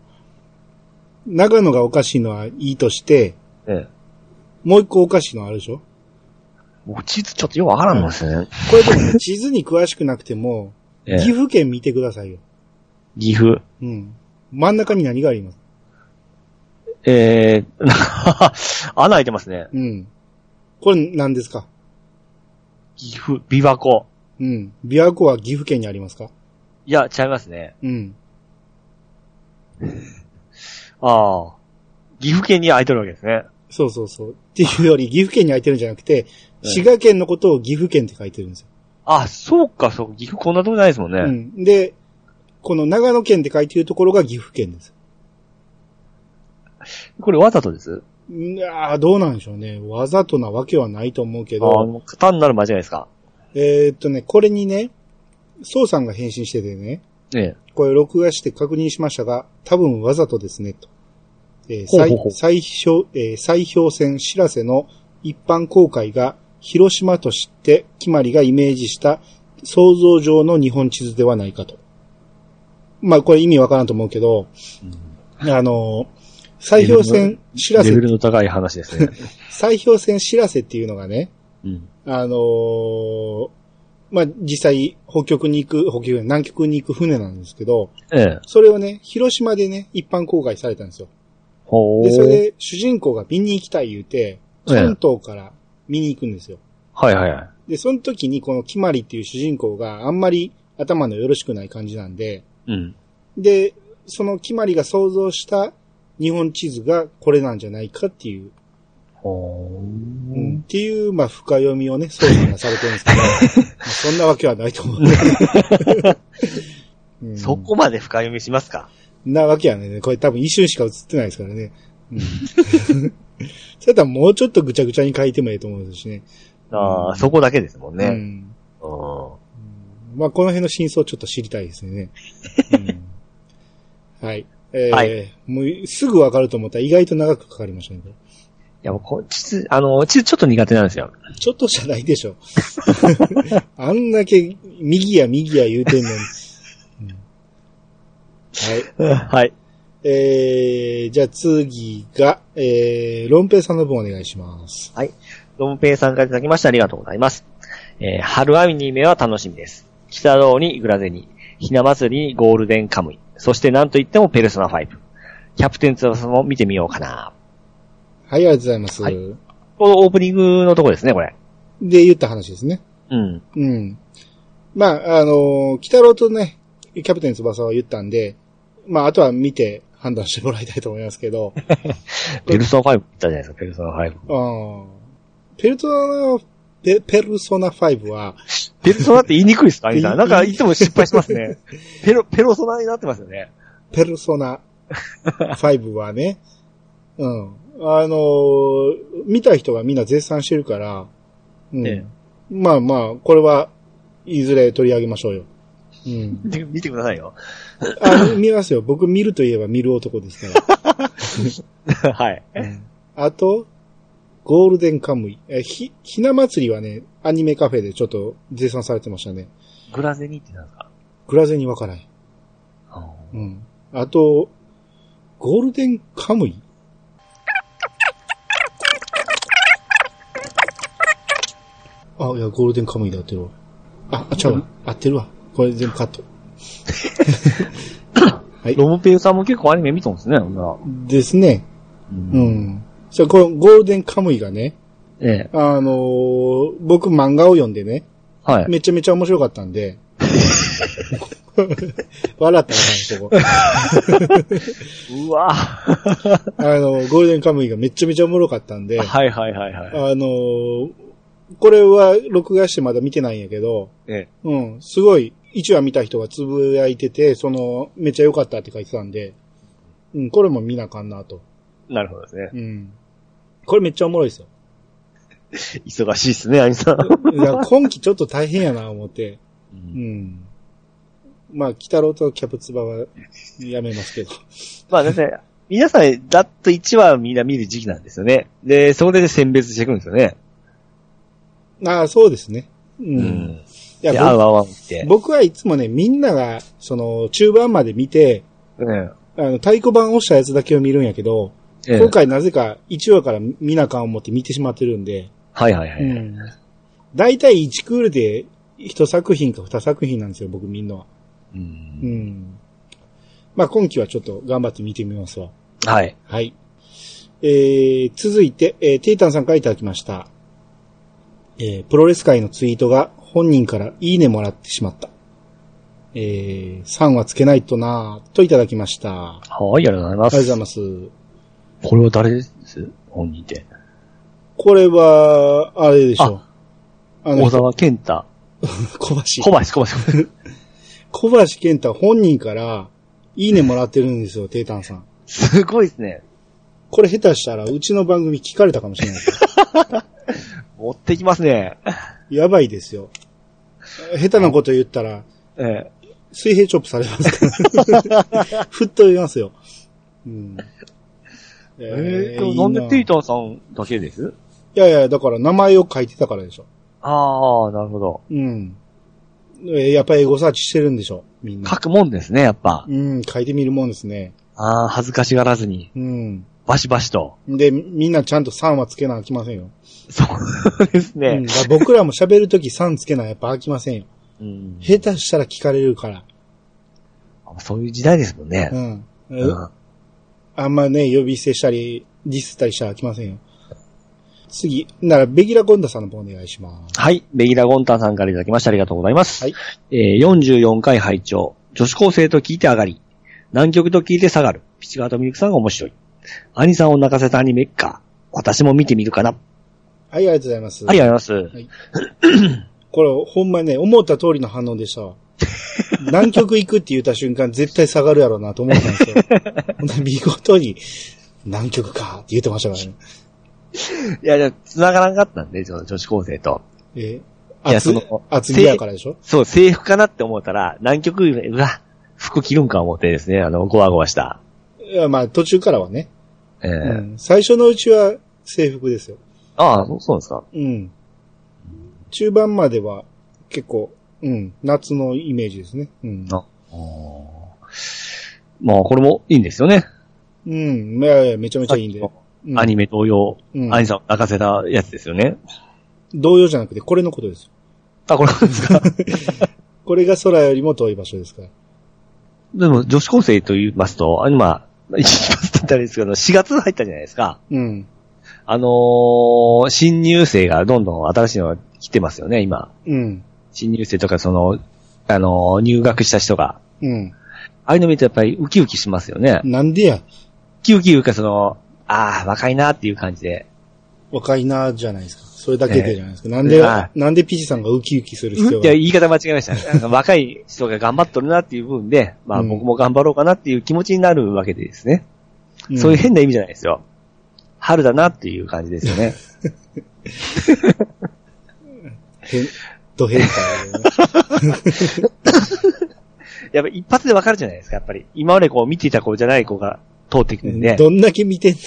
A: 長野がおかしいのはいいとして、
B: ええ。
A: もう一個おかしいのあるでしょ
B: 僕、地図ちょっとよくわからんのですね。
A: これでもね 地図に詳しくなくても、
B: え
A: 岐
B: え。
A: 阜県見てくださいよ。
B: 岐阜。
A: うん。真ん中に何があります
B: えー、な はは穴開いてますね。
A: うん。これ何ですか
B: 岐阜、琵琶湖。
A: うん。琵琶湖は岐阜県にありますか
B: いや、違いますね。
A: うん。
B: ああ。岐阜県に空いてるわけですね。
A: そうそうそう。っていうより、岐阜県に空いてるんじゃなくて、滋賀県のことを岐阜県って書いてるんですよ。
B: あ、そうか、そう。岐阜こんなとこないですもんね。
A: うん。で、この長野県って書いてるところが岐阜県です。
B: これわざとです
A: いやーどうなんでしょうね。わざとなわけはないと思うけ
B: あ
A: ど、
B: あの、単なる間違いですか。
A: えーっとね、これにね、宋さんが返信しててね、
B: ええ。
A: これ録画して確認しましたが、多分わざとですね、と。えー
B: ほうほうほう
A: 再再評えー再評選知らせの一般公開が広島と知って、決まりがイメージした想像上の日本地図ではないかと。まあこれ意味わからんと思うけど、あのー再評選知ら
B: レ
A: せ
B: ベ、ルの高い話です ね。
A: 再評選知らせっていうのがね、
B: うん。
A: あのーまあ実際北極に行く、北極、南極に行く船なんですけど、
B: ええ。
A: それをね、広島でね、一般公開されたんですよ。
B: ほう。
A: で、それで主人公が見に行きたい言うて、関東から見に行くんですよ。
B: はいはいはい。
A: で、その時にこのキマリっていう主人公があんまり頭のよろしくない感じなんで、
B: うん。
A: で、そのキマリが想像した日本地図がこれなんじゃないかっていう、
B: ほう
A: うんっていう、まあ、深読みをね、そういうのがされてるん ですけど、まあそんなわけはないと思う。うん
B: そこまで深読みしますか
A: なわけやね。これ多分一瞬しか映ってないですからね。うん。それだったらもうちょっとぐちゃぐちゃに書いてもいいと思うしね。
B: ああ、そこだけですもん
A: う
B: ね。
A: ん。
B: うん。
A: まあこの辺の真相ちょっと知りたいですよ ね。うん、はい。えー
B: は
A: もうすぐわかると思ったら意外と長くかかりましたね。これ
B: いや、僕、地図、あの、地図ちょっと苦手なんですよ。
A: ちょっとじゃないでしょ。 あんだけ右や右や言うてんのに。うんはい。
B: はい。
A: えー、じゃあ次が、えー、ロンペイさんの分お願いします。
B: ロンペイさんからいただきましてありがとうございます。えー、春アニメは楽しみです。北道にグラゼニ、ひな祭りにゴールデンカムイ、そしてなんといってもペルソナ5。キャプテン翼も見てみようかな。
A: はい、ありがとうございます。
B: はいこのオープニングのとこですね、これ。
A: で言った話ですね。
B: うん。
A: うん。まあ、あのー、北郎とね、キャプテン翼は言ったんで、まあ、あとは見て判断してもらいたいと思いますけど、
B: ペルソナ5って言ったじゃないですか、ペルソナ5。
A: うん。ペルトナ、ペペルソナ5は、
B: ペルソナって言いにくいですか、アニさん。なんか
A: 言い
B: いつも失敗しますね。ペロ、ペロソナになってますよね。
A: ペルソナ5はね、うん。あのー、見た人がみんな絶賛してるから、うん。
B: ええ
A: まあまあ、これは、いずれ取り上げましょうよ。うん。
B: 見て見てくださいよ。
A: あ、見ますよ。僕見るといえば見る男ですから。
B: はい。
A: あと、ゴールデンカムイ。え、ひ、ひな祭りはね、アニメカフェでちょっと絶賛されてましたね。
B: グラゼニーってなんですか
A: グラゼにわからない。うん。あと、ゴールデンカムイあ、いや、ゴールデンカムイで合ってるわ。あ、あ、ちゃうわ。合ってるわ。これ全部カット。はい。
B: ロムペイさんも結構アニメ見とんですね、ほんなら
A: ですね。
B: う。
A: うんん。じゃあ、このゴールデンカムイがね、
B: ええ。
A: あのー僕漫画を読んでね、
B: はい。
A: めちゃめちゃ面白かったんで、笑ったらあかんここ。
B: うわは
A: あの、ゴールデンカムイがめちゃめちゃおもろかったん で、
B: い
A: あ
B: はいはいはい。
A: のーこれは録画してまだ見てないんやけど、
B: ええ。
A: うん、すごい、1話見た人がつぶやいてて、その、めちゃ良かったって書いてたんで、うん、これも見なあかんなと。
B: なるほどですね。
A: うん。これめっちゃおもろいですよ。
B: 忙しいですね、アニさん。
A: い や今期ちょっと大変やな、思って。
B: う
A: うんん。まあ、北郎とキャプツバはやめますけど。
B: まあですね、皆さん、ざっと1話みんな見る時期なんですよね。で、そこで選別していくんですよね。
A: ああ、そうですね。うん。
B: う
A: い
B: ん。
A: や
B: で、合う合わんって。
A: 僕はいつもね、みんなが、その、中盤まで見て、
B: うん
A: あの、太鼓判を押したやつだけを見るんやけど、
B: ええ
A: 今回なぜか1話から見なあかん思って見てしまってるんで、
B: はいはいはい。
A: うん。大体1クールで1作品か2作品なんですよ、僕みんなは。
B: う
A: うんん。まあ今期はちょっと頑張って見てみますわ。
B: はい。
A: はい。えー、続いて、えー、テイタンさんからいただきました。えー、プロレス界のツイートが本人からいいねもらってしまった。えー、3はつけないとなぁ、といただきました。あ
B: はい、ありがとうございま
A: りがとうござい
B: す。
A: ます。
B: これは誰です本人って。
A: これは、あれでしょう。あの
B: 小、沢健太。
A: 小橋
B: 小。林、小林。
A: 小橋健太本人から、いいねもらってるんです よ、テイタンさん。
B: すごいですね。
A: これ下手したら、うちの番組聞かれたかもし れない。
B: 持ってきますね。
A: やばいですよ。下手なこと言ったら、
B: ええ。
A: 水平チョップされます から。ふっと言いますよ。うん。え
B: ええ、でもなんでテイ
A: タ
B: タンさんだけです
A: いやいや、だから名前を書いてたからでしょ。
B: ああ、なるほど。
A: うん。えーやっぱりエゴサーチしてるんでしょ、みん
B: 書
A: な。
B: くもんですね、やっぱ。
A: うん、書いてみるもんですね。
B: ああ、恥ずかしがらずに、
A: うん。
B: バシバシと。
A: で、みんなちゃんと3はつけなあきませんよ。
B: そうです
A: うん、
B: ね。
A: だから僕らも喋るとき3つけなやっぱ飽きませんよ。
B: うん
A: 下手したら聞かれるから。
B: そういう時代ですもんね
A: う。ん。
B: うん
A: あんまね、呼び捨てしたり、ディスったりしたら飽きませんよ。次、なら、ベギラ・ゴンダさんの方お願いします。
B: はい。ベギラ・ゴンタンさんからいただきましてありがとうございます。
A: はい
B: えー44回拝聴女子高生と聞いて上がり。南極と聞いて下がる。ピチガートミルクさんが面白い。兄さんを泣かせたアニメか。私も見てみるかな。
A: はい、ありがとうございます。
B: はい、ありがとうございます。
A: これ、ほんまね、思った通りの反応でしたわ。南極行くって言った瞬間、絶対下がるやろうなと思ったんで すよ。ほんで見事に、南極かって言ってましたからね。
B: いや、いや、繋がらんかったんで、ちょっと女子高生と。
A: え
B: いや
A: 厚
B: その
A: 厚着やからでしょ
B: そう、制服かなって思ったら、南極、うわ、服着るんか思ってですね、あの、ゴワゴワした。
A: いやまあ、途中からはね、
B: えー
A: うん。最初のうちは制服ですよ。
B: ああ、そうそうなんですか。
A: うん。中盤までは結構、うん、夏のイメージですね。うん。
B: あまあ、これもいいんですよね。
A: うん、いやいや、めちゃめちゃいいんで。うん
B: アニメ同様、
A: うん
B: アニさんを泣かせたやつですよね。
A: 同様じゃなくて、これのことですよ。
B: あ、これですか。
A: これが空よりも遠い場所ですから。
B: でも、女子高生と言いますと、あ今、言いますと言ったらあれですけど、4月入ったじゃないですか。
A: うん。
B: あのー新入生がどんどん新しいのが来てますよね、今。
A: うん。
B: 新入生とか、その、あのー入学した人が。
A: うん。
B: ああいうの見るとやっぱりウキウキしますよね。ウ
A: なんでや、
B: キウキいうか、その、ああ、若いなっていう感じで。
A: 若いな、じゃないですか。それだけでじゃないですか。なんで、
B: は
A: なんでピチさんがウキウキする必
B: う
A: 要
B: んって
A: が。
B: 言い方間違えましたね。なんか若い人が頑張っとるなっていう部分で、まあ
A: うん
B: 僕も頑張ろうかなっていう気持ちになるわけでですね。そういう変な意味じゃないですよ。春だなっていう感じですよ ね。
A: 変、ド変 態。
B: やっぱ一発でわかるじゃないですか、やっぱり。今までこう見ていた子じゃない子が、通ってくるんで、
A: どんだけ見てんね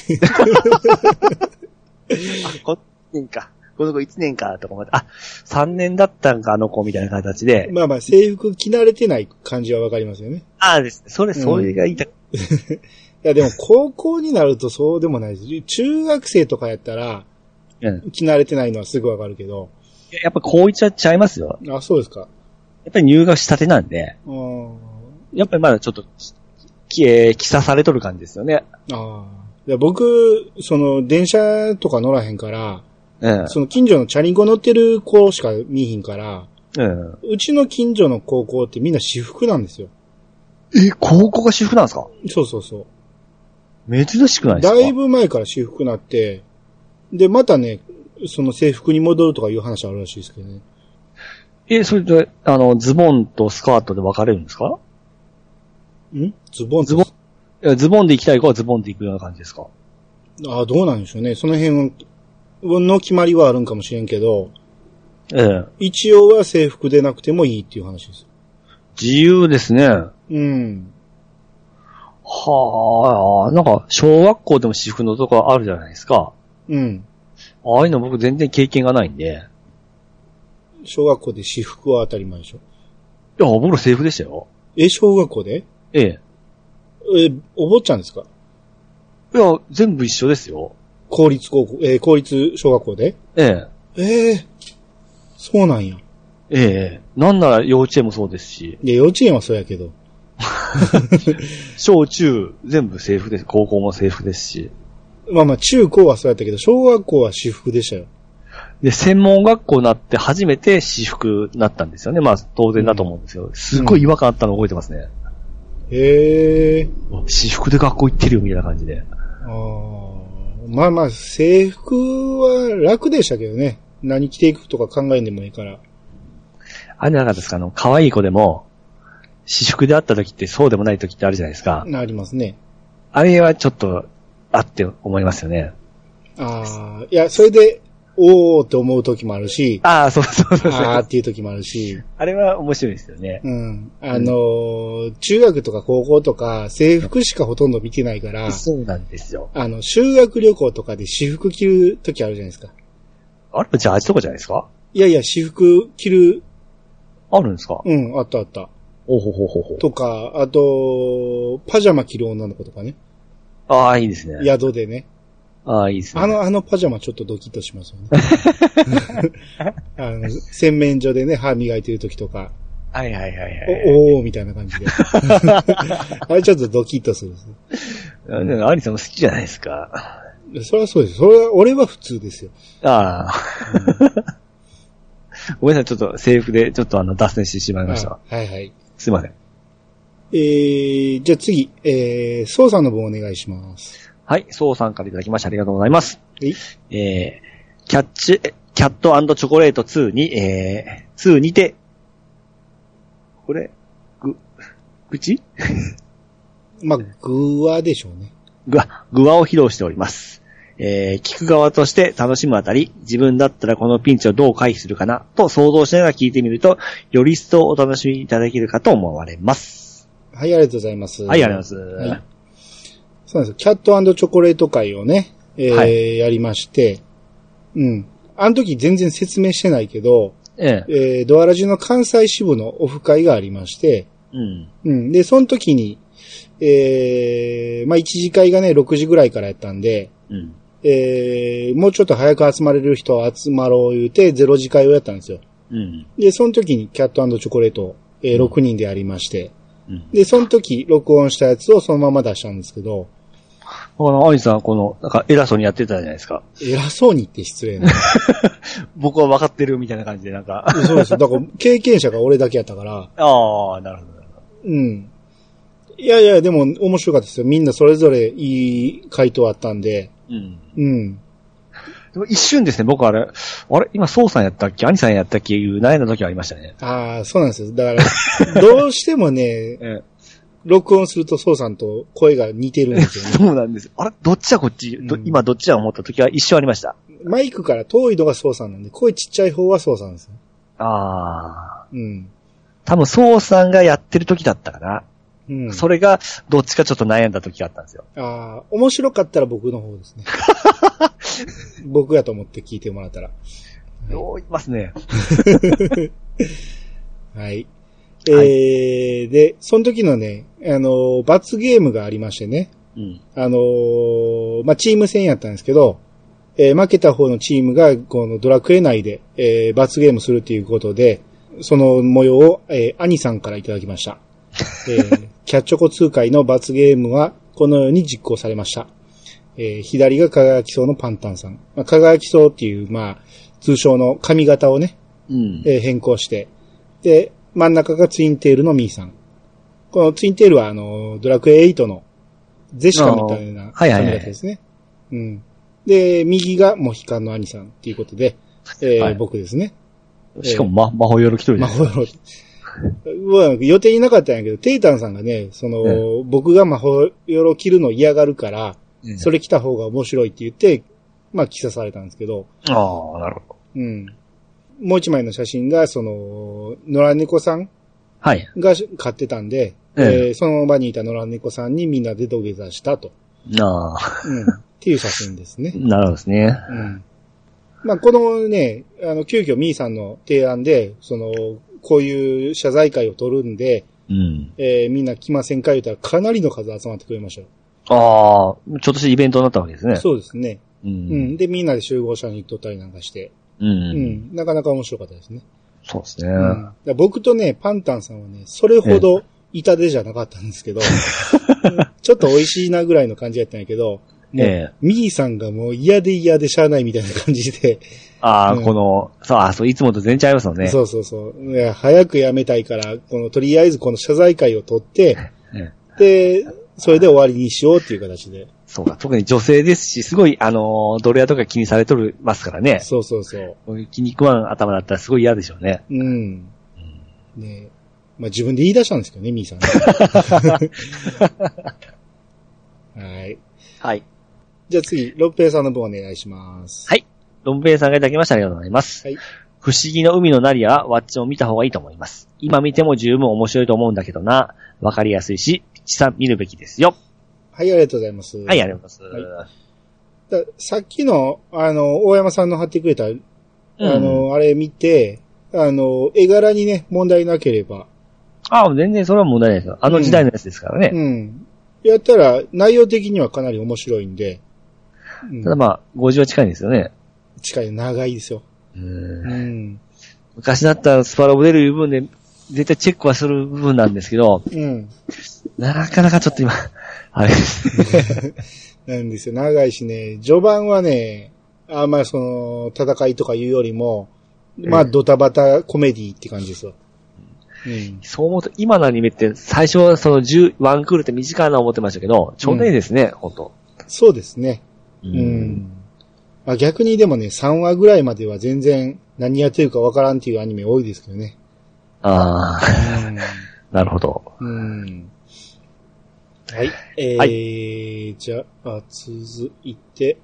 B: こ一年か。この子1年かとかまで、あ、3年だったんか、あの子みたいな形で
A: ん。。まあまあ、制服着慣れてない感じはわかりますよね。
B: ああです。それ、それが言いた、
A: いや、でも高校になるとそうでもないです。中学生とかやったら、
B: うん
A: 着慣れてないのはすぐわかるけど。
B: やっぱ高一はちゃいますよ。
A: あ、そうですか。
B: やっぱり入学したてなんで、
A: あー
B: やっぱりまだちょっと、き、えー、着さされとる感じですよね。
A: あー。いや僕、その、電車とか乗らへんから、
B: うん。
A: その近所のチャリンコ乗ってる子しか見えへんから、
B: うん。
A: うちの近所の高校ってみんな私服なんですよ。
B: え、高校が私服なんですか
A: そうそうそう。
B: 珍しくないですか
A: だいぶ前から私服なって、で、またね、その制服に戻るとかいう話あるらしいですけどね。
B: え、それで、あの、ズボンとスカートで分かれるんですか
A: んズボンと
B: ズボンえズボンで行きたい子はズボンで行くような感じですか
A: ああ、どうなんでしょうね。その辺の決まりはあるんかもしれんけど、
B: ええ。
A: 一応は制服でなくてもいいっていう話です。
B: 自由ですね。
A: うん。
B: はあ、なんか、小学校でも私服のとこあるじゃないですか。
A: うん。
B: ああいうの僕全然経験がないんで。いや、
A: 小学校で私服は当たり前でしょ。
B: 僕ら制服でしたよ。
A: え、小学校で
B: ええ。
A: え、お坊ちゃんですか
B: いや、全部一緒ですよ。
A: 公立高校、えー公立小学校で
B: ええ。
A: ええそうなんや。
B: ええ。なんなら幼稚園もそうですし、
A: いや、幼稚園はそうやけど。
B: 小中全部制服です。高校も制服ですし。
A: まあまあ、中高はそうやったけど、小学校は私服でしたよ。
B: で、専門学校になって初めて私服になったんですよね。まあ、当然だと思うんですよ。すごい違和感あったの覚えてますね。
A: へえ。
B: 私服で学校行ってるよみたいな感じで。
A: あーまあまあ、制服は楽でしたけどね。何着ていくとか考えんでもいいから。
B: あれなかったですかあの、可愛い子でも、私服で会った時ってそうでもない時ってあるじゃないですか。
A: なりますね。
B: あれはちょっと、あって思いますよね。
A: ああ、いや、それで、おーって思う時もある し、
B: ああ、そうそうそうそう。
A: あー
B: あ
A: っていう時もあるし、
B: れは面白いですよね。
A: うん。あのー中学とか高校とか制服しかほとんど見てないから、
B: そうなんですよ。
A: あの、修学旅行とかで私服着る時あるじゃないですか。
B: あれはジャージとかじゃないですか
A: いやいや、私服着る、
B: あるんですか
A: うん、あったあった。
B: おほほほほ。
A: とか、あと、パジャマ着る女の子とかね。
B: ああ、いいですね。
A: 宿でね。
B: ああ、いいですね。
A: あの、あのパジャマちょっとドキッとします よね。あの、洗面所でね、歯磨いてる時とか、
B: はいはいはいはい。
A: お、おーみたいな感じ で。あれちょっとドキッとするんです
B: うんなんかアリさんも好きじゃないですか。
A: ね。それはそうです。それは、俺は普通ですよ。
B: ああ。ごめんなさい、ちょっと制服で、ちょっとあの、脱線してしまいました。
A: はいはい。
B: すいません。
A: えー、じゃあ次、えー、操作の分お願いします。
B: はい、そうさんからいただきましてありがとうございます。
A: はい。
B: えー、キャッチ、えキャットチョコレート2に、えー、2にて、これ、ぐ、口
A: まあ、具はでしょうね。
B: ぐわ、ぐわを披露しております。えー、聞く側として楽しむあたり、自分だったらこのピンチをどう回避するかな、と想像しながら聞いてみると、より一層お楽しみいただけるかと思われます。
A: はい、ありがとうございます。
B: はい、ありがとうござい
A: は
B: ま
A: いそうなんですよ。キャットチョコレート会をね、えー
B: は
A: やりまして、うん。あの時全然説明してないけど、
B: す。ええ。
A: えードアラジの関西支部のオフ会がありまして、
B: うん。
A: うん。で、その時に、えーまあ、一次会がね、6時ぐらいからやったんで、
B: うん。
A: えーもうちょっと早く集まれる人は集まろう言うて、0次会をやったんですよ。
B: うん。
A: で、その時にキャットチョコレート、えー6人でありまして、
B: うん。
A: で、その時録音したやつをそのまま出したんですけど、
B: あの、アイさん、この、なんか偉そうにやってたじゃないですか。
A: 偉そうにって失礼な。
B: 僕は分かってるみたいな感じで、なんか。
A: そうです。だから、経験者が俺だけやったから、
B: ああ、なるほど。
A: うん。いやいや、でも面白かったですよ。みんなそれぞれいい回答あったんで、
B: うん。
A: うん。
B: でも一瞬ですね、僕あれ、あれ今、ソウさんやったっけアニさんやったっけいう悩んだ時はありましたね。
A: ああ、そうなんですよ。だから、どうしてもね、
B: ええ。
A: 録音するとそうさんと声が似てるんですよね。
B: そうなんです。あれどっちやこっち、ど
A: うん
B: 今どっちや思った時は一瞬ありました。
A: マイクから遠いのがそうさんなんで、声ちっちゃい方はそうさんですよ。
B: ああ。
A: うん。
B: 多分、ソウさんがやってる時だったかな。
A: うん。
B: それが、どっちかちょっと悩んだ時があったんですよ。
A: ああ、面白かったら僕の方ですね。僕やと思って聞いてもらったら。
B: よういますね。
A: はい。えー
B: は
A: で、その時のね、あのー罰ゲームがありましてね、
B: うん。
A: あのーまあ、チーム戦やったんですけど、えー負けた方のチームが、このドラクエ内で、えー罰ゲームするということで、その模様を、えー、兄さんからいただきました。えーキャッチョコ通会の罰ゲームは、このように実行されました。えー左が輝きそうのパンタンさん。まあ、輝きそうっていう、まあ、通称の髪型をね、
B: うん。
A: えー変更して、で、真ん中がツインテールのミーさん。このツインテールは、あの、ドラクエ8のゼシカみたいな
B: あーは
A: 髪
B: いはいはい
A: 型ですね。うん。で、右がモヒカンの兄さんっていうことで、えー
B: はい
A: 僕ですね。
B: しかも、ま、魔法よろきとるじ
A: ま
B: ゃ
A: あ、
B: ん。
A: ほらうん予定になかったんやけど、テイタンさんがね、その、僕が魔法よろ着るの嫌がるから、
B: うん
A: それ着た方が面白いって言って、まあ、着さされたんですけど、
B: ああ、なるほど。
A: うん。もう一枚の写真が、その、野良猫さん
B: はい。
A: が買ってたんで、
B: ええ
A: えーその場にいた野良猫さんにみんなで土下座した と。
B: ああ、
A: うん。っていう写真ですね。
B: なるほどですね。
A: うん。まあ、このね、あの、急遽みーさんの提案で、その、こういう謝罪会を取るんで、
B: うん。
A: えーみんな来ませんか言ったらかなりの数集まってくれましたよ。
B: ああ、ちょっとしたイベントになったわけですね。
A: そうですね。
B: う。う
A: うん。
B: ん。
A: で、みんなで集合者に行っとったりなんかして、
B: う。
A: うんん。なかなか面白かったですね。
B: そうですね。
A: うんだから僕とね、パンタンさんはね、それほど痛手じゃなかったん ですけど、ちょっと美味しいなぐらいの感じやったんやけど、もう
B: ええ
A: ミーさんがもう嫌で嫌でしゃあないみたいな感じで、
B: ああ、
A: うん
B: この、そう、あそう、いつもと全然違いますよね。
A: そうそうそう、いや早くやめたいから、このとりあえずこの謝罪会を取って、
B: うん
A: で、それで終わりにしようっていう形で、
B: そうか、特に女性ですし、すごい、あのー、ドル屋とか気にされとるますからね。
A: そうそうそう、
B: こういう気に食わん頭だったらすごい嫌でしょうね。
A: うん。ねまあ自分で言い出したんですけどね、ミーさん ね。はい。
B: はい。
A: じゃあ次、ロッペイさんの分お願いします。
B: はいロンベイさんがいただきましたありがとうございます。
A: はい
B: 不思議の海のナリアはワッチを見た方がいいと思います。今見ても十分面白いと思うんだけどな。わかりやすいし、ピッチさん見るべきですよ。
A: はい、ありがとうございます。
B: はい、ありがとうございます。
A: ださっきの、あの、大山さんの貼ってくれた、あ
B: うん
A: の、あれ見て、あの、絵柄にね、問題なければ、
B: ああ、全然それは問題ないですよ。あの時代のやつですからね。
A: うん。やったら、内容的にはかなり面白いんで、うん
B: ただまあ、50は近いんですよね。
A: 近い、長いですよ。うん。
B: 昔だったらスパロボ出る部分で、絶対チェックはする部分なんですけど、
A: うん。
B: なかなかちょっと今、 あれです。
A: なんですよ。長いしね、序盤はね、あんまりその、戦いとかいうよりも、まあ、
B: うん
A: ドタバタコメディって感じですよ。うん。
B: そう思うと、今のアニメって最初はその10、ワンクールって短いな思ってましたけど、ちょうどいいですね、ほんと。
A: そうですね。
B: う
A: うん。まあ、逆にでもね、3話ぐらいまでは全然何やってるかわからんっていうアニメ多いですけどね。
B: ああ、 なるほど。
A: うん。はい。えー
B: は
A: じゃあ、続いて、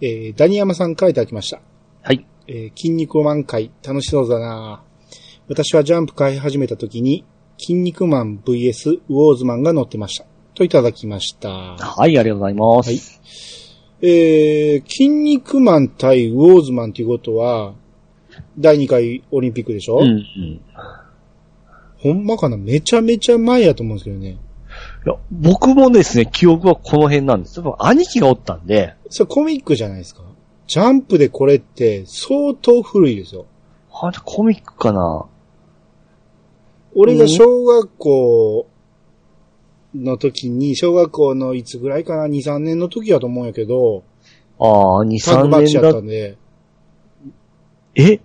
A: えー、ダニヤマさんからいただきました。
B: はい。
A: えー筋肉マン会、楽しそうだな私はジャンプ買い始めた時に、筋肉マン VS ウォーズマンが載ってました。といただきました。
B: はい、ありがとうございます。
A: はいえー、筋肉マン対ウォーズマンということは、第2回オリンピックでしょ、
B: うん、うん。い
A: ほんまかなめちゃめちゃ前やと思うんですけどね。
B: や僕もですね、記憶はこの辺なんです。多分兄貴がおったんで、
A: それコミックじゃないですかジャンプでこれって相当古いですよ。
B: あれコミックかな
A: 俺が小学校の時に、小学校のいつぐらいかな ?2、3年の時やと思うんやけど、
B: ああ、2、
A: タッグマ
B: 3
A: ッチ
B: 年
A: やっ
B: だ
A: た。んで、
B: え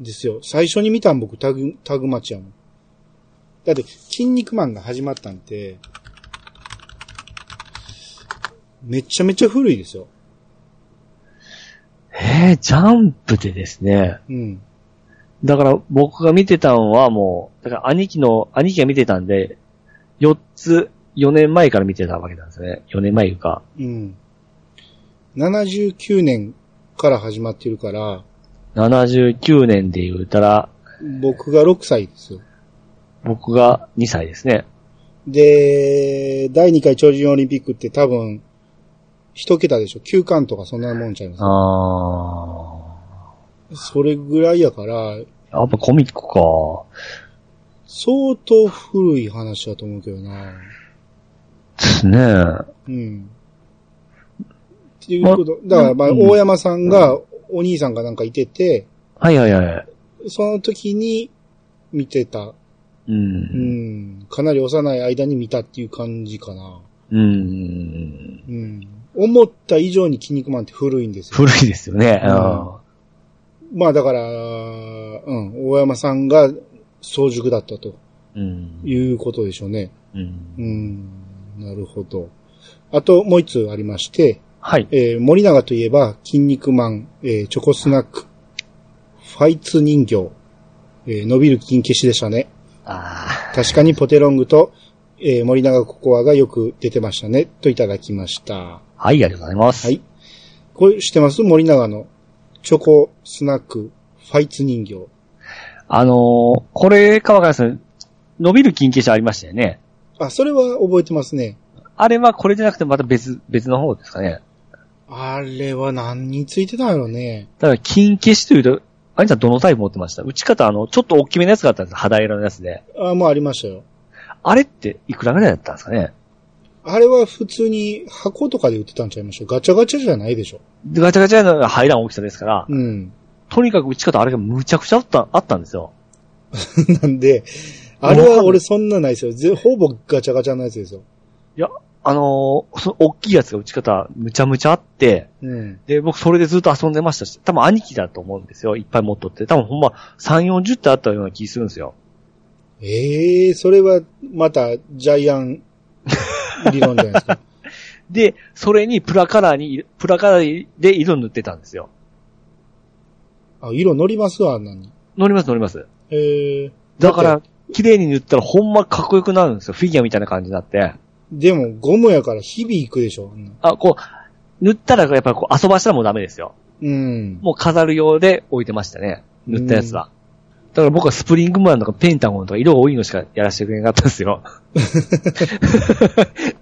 A: ですよ。最初に見たん僕タグ、タグマッチやもん。だって、筋肉マンが始まったんて、めちゃめちゃ古いですよ。
B: えー、ジャンプでですね。
A: うん。
B: だから僕が見てたんはもう、だから兄貴の、兄貴が見てたんで、4つ、4年前から見てたわけなんですね。4年前いうか。
A: うん。79年から始まってるから、
B: 79年で言うたら、
A: 僕が6歳ですよ。
B: 僕が2歳ですね。
A: で、第2回超人オリンピックって多分、一桁でしょ ?9 巻とかそんなもんちゃいま
B: あ
A: す。それぐらいやから、
B: あ。やっぱコミックか。
A: 相当古い話だと思うけどな。
B: ですね
A: うん。っていうこと、だから、まあ、大山さんが、お兄さんがなんかいてて、
B: はいはいはい。
A: その時に見てた。
B: う。
A: うんん。かなり幼い間に見たっていう感じかな。
B: うん。
A: うん。思った以上に筋肉マンって古いんですよ。
B: 古いですよね。
A: うんまあだから、うん、大山さんが早熟だったと
B: うん。
A: いうことでしょうね。
B: うん
A: う。ん、なるほど。あともう一つありまして、
B: はい。
A: えー森永といえば、筋肉マン、えーチョコスナック、ファイツ人形、えー伸びる筋消しでしたね。
B: あ
A: 確かにポテロングと、えー森永ココアがよく出てましたね、といただきました。
B: あ。はい、ありがとうございます。
A: はい。これ知ってます森永のチョコスナック、ファイツ人形。
B: あのー、これかわかります伸びる金消しありましたよね。
A: あ、それは覚えてますね。
B: あれはこれじゃなくてまた別、別の方ですかね。
A: あれは何についてたんやろね。
B: ただ、金消しというと、アニさんどのタイプ持ってました打ち方、あの、ちょっと大きめのやつがあったんです肌色のやつで。
A: あ、もうありましたよ。
B: あれっていくらぐらいだったんですかね
A: あれは普通に箱とかで売ってたんちゃいましょう。ガチャガチャじゃないでしょ。
B: でガチャガチャのが入らん大きさですから、
A: うん。
B: とにかく打ち方あれがむちゃくちゃあった、あったんですよ。
A: なんで、あれは俺そんなないですよ。ぜほぼガチャガチャのやつですよ。
B: あのー、その大きいやつが打ち方むちゃむちゃあって、
A: うん。
B: で、僕それでずっと遊んでましたし、多分兄貴だと思うんですよ。いっぱい持っとって。多分ほんま3、40ってあったような気するんですよ。
A: ええそれはまたジャイアン理論じゃない ですか。
B: で、それにプラカラーに、プラカラーで色塗ってたんですよ。
A: あ、色乗りますわ、あんなに。
B: 乗ります乗ります。
A: ええ
B: だから、綺麗に塗ったらほんまかっこよくなるんですよ。フィギュアみたいな感じになって。
A: でもゴムやから日々行くでしょ。あんな
B: あ、こう、塗ったらやっぱりこう遊ばしたらもうダメですよ。
A: うん。
B: もう飾る用で置いてましたね。塗ったやつは。だから僕はスプリングマンとかペンタゴンとか色が多いのしかやらせてくれなかったんです よ。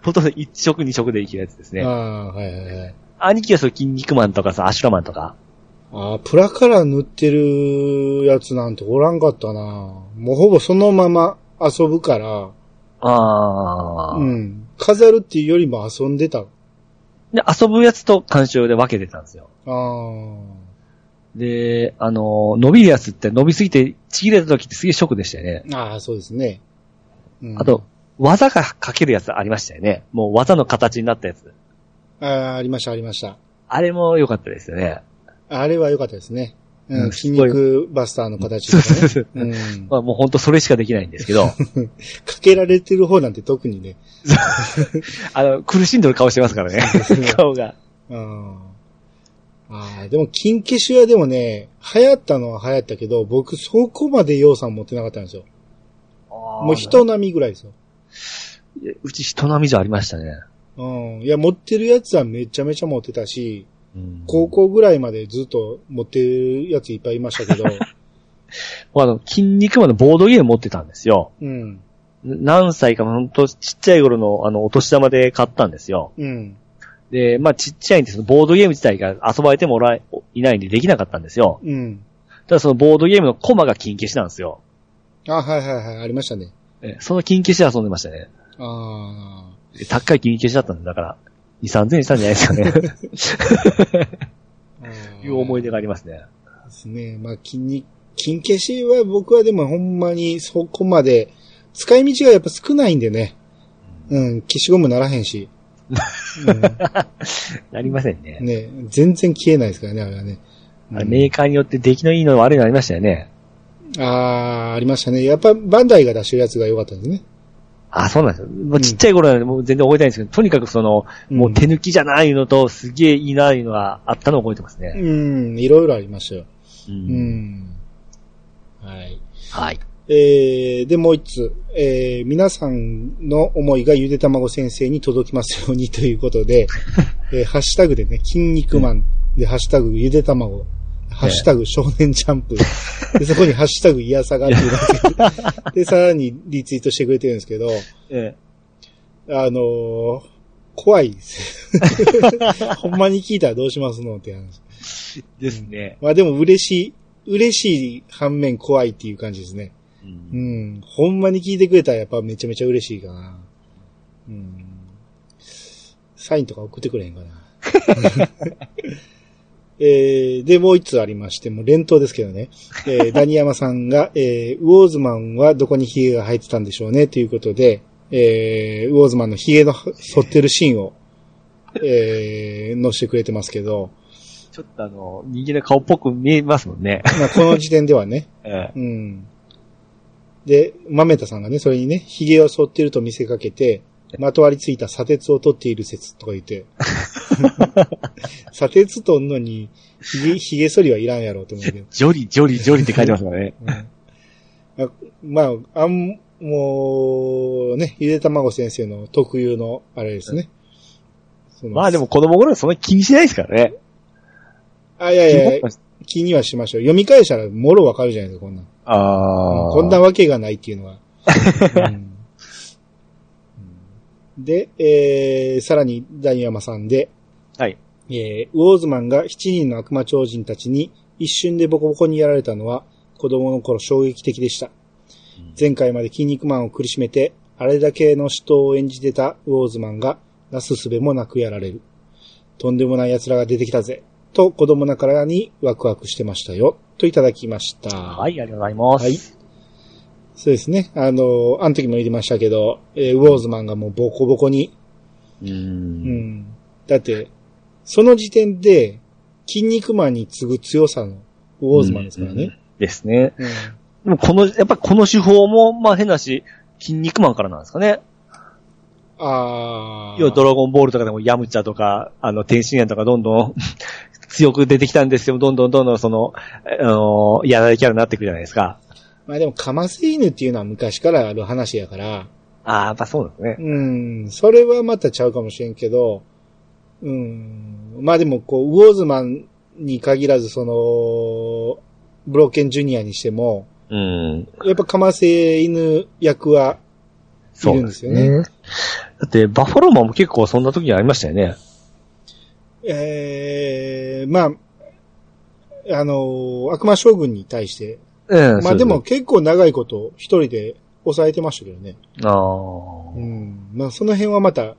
B: ほとんど1色2色でいけるやつです
A: あ
B: ね。
A: あ、はいはいはい。
B: 兄貴はそう筋肉マンとかさ、アシュラマンとか。
A: ああ、プラカラー塗ってるやつなんておらんかったな。もうほぼそのまま遊ぶから、
B: あー。
A: うん。飾るっていうよりも遊んでた。あ
B: で、遊ぶやつと鑑賞用で分けてたんですよ。
A: あー。
B: で、あの、伸びるやつって伸びすぎてちぎれた時ってすげえショックでしたよね。
A: ああ、そうですね。うん
B: あと、、技がかけるやつありましたよね。もう技の形になったやつ。
A: ああ、ありました、ありました。
B: あれも良かったですよね。
A: あれは良かったですね。
B: う
A: うんん、筋肉バスターの形とかね。うん。
B: まあもうほんとそれしかできないんで すけど、
A: かけられてる方なんて特にね。
B: あの、苦しんどる顔してますからね
A: そうで。す
B: 顔が。
A: うん。ああ、でも、金消しはでもね、流行ったのは流行ったけど、僕そこまで要素は持ってなかったんですよ。も
B: も
A: う。人並みぐらいですよ。
B: うち人並みじゃありましたね。
A: うん。いや、持ってるやつはめちゃめちゃ持ってたし、
B: うん
A: 高校ぐらいまでずっと持ってるやついっぱいいましたけ ど、
B: あの、筋肉マンのボードゲーム持ってたんですよ。
A: うん。
B: 何歳かほんとちっちゃい頃のあの、お年玉で買ったんですよ。
A: うん。
B: で、まあちっちゃいんですけどボードゲーム自体が遊ばれてもらえ、いないんでできなかったんですよ。
A: うん。
B: ただそのボードゲームのコマが金消しなんですよ。
A: あ、はいはいはい、ありましたね。
B: えその金消しで遊んでましたね。
A: ああ。
B: で高い金消しだったんで、だから、2、3000円したんじゃないですかね。いう思い出がありますね。
A: ですね。まあ、金に、金消しは僕はでもほんまにそこまで、使い道がやっぱ少ないんでね。うん、消しゴムならへんし。
B: なりませんね。
A: うん、ね、全然消えないですからね、あれはね。
B: あれメーカーによって出来のいいの悪いのありましたよね。
A: ああ、ありましたね。やっぱバンダイが出してるやつが良かったですね。
B: あ、そうなんですよ。もうちっちゃい頃なんでもう全然覚えてないんですけど、とにかくその、もう手抜きじゃないのと、すげえいいないうのがあったのを覚えてます
A: う
B: ね。
A: ん、いろいろありましたよ。
B: う
A: う。ん。はい。
B: はい。
A: えー、で、もう一つ。えー、皆さんの思いがゆでたまご先生に届きますようにということで、えーハッシュタグでね、筋肉マンで、ハッシュタグゆでたまご、ハッシュタグ少年ジャンプ、で、そこにハッシュタグいやさがっていうのがついてで、さらにリツイートしてくれてるんですけど、
B: え
A: あのー怖いです。 ほんまに聞いたらどうしますのって話。
B: ですね。
A: まあでも嬉しい、嬉しい反面怖いっていう感じですね。
B: う
A: うんん。ほんまに聞いてくれたらやっぱめちゃめちゃ嬉しいかな。うん。サインとか送ってくれへんかな。えー、で、もう一つありまして、もう連投ですけどね。えー、ダニヤマさんが、えー、ウォーズマンはどこにヒゲが生えてたんでしょうね、ということで、えー、ウォーズマンのヒゲの反ってるシーンを、えー、載せてくれてますけど、
B: ちょっとあの、人間の顔っぽく見えますもんね。
A: まあ、この時点ではね、
B: え
A: うん。で、マメタさんがね、それにね、髭を剃ってると見せかけて、まとわりついた砂鉄を取っている説とか言って。砂鉄取んのに、髭、髭剃りはいらんやろうと思うけど。
B: ジョリ、ジョリ、ジョリって書いてますからね。
A: うんあまあ、あん、もう、ね、ゆでたまご先生の特有の、あれですね。その
B: まあでも子供頃はそんな気にしないですからね。
A: あ、いやいやいや、気にはしましょう。読み返したら、もろわかるじゃないですか、こんなん。
B: ああ。
A: こんなわけがないっていうの は。うんで、えー、さらに、ダニヤマさんで、
B: はい。
A: えー、ウォーズマンが7人の悪魔超人たちに一瞬でボコボコにやられたのは、子供の頃衝撃的でした。前回まで筋肉マンを苦しめて、あれだけの死闘を演じてたウォーズマンが、なすすべもなくやられる。とんでもない奴らが出てきたぜ。と、子供ながらにワクワクしてましたよ。といただきました。
B: はい、ありがとうございます。
A: はいそうですね。あの、あの時も言いましたけど、えーウォーズマンがもうボコボコに、
B: うー。
A: うんん。だって、その時点で、筋肉マンに次ぐ強さのウォーズマンですからね。
B: ですね。
A: うん
B: でもこの、やっぱこの手法も、まあ変だし、筋肉マンからなんですかね。
A: あ
B: 要はド
A: ー。
B: ラゴンボールとかでもヤムチャとか、あの、天津園とかどんどん 強く出てきたんですよ。どんどんどんどんその、あのーやられキャラになってくるじゃないですか。
A: まあでも、カマセイヌっていうのは昔からある話やから、
B: ああ、やっぱそうなんですね。
A: うん、それはまたちゃうかもしれんけど、うん、まあでも、こう、ウォーズマンに限らず、その、ブローケンジュニアにしても、
B: うん。
A: やっぱカマセイヌ役は
B: そう
A: いるんですよね。
B: だって、バッファローマンも結構そんな時にありましたよね。
A: ええまあ、あのー悪魔将軍に対して、
B: うん。
A: ま
B: そ
A: あ
B: う
A: でも、結構長いこと一人で抑えてましたけどね。
B: ああ。
A: うん。まあその辺はまた、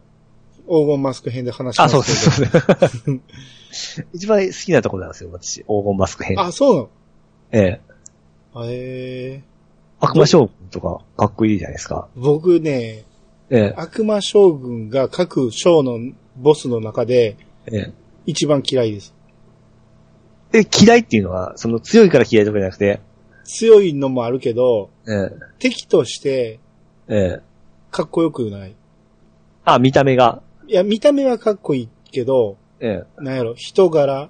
A: 黄金マスク編で話しま
B: あ、
A: すけ
B: そ
A: ど。
B: うです、そうです。 一番好きなところなんですよ、私。黄金マスク編。
A: あ、そう
B: ええ。
A: なのええ
B: 悪魔将軍とか、かっこいいじゃないですか。
A: 僕ね、
B: え
A: 悪魔将軍が各将のボスの中で
B: え。え
A: 一番嫌いです。
B: え。で、嫌いっていうのは、その強いから嫌いとかじゃなくて、
A: 強いのもあるけど、
B: え
A: 敵として
B: え。ええ。
A: かっこよくない。
B: あ、見た目が。
A: いや、見た目はかっこいいけど、
B: ええ。
A: なんやろ、人柄、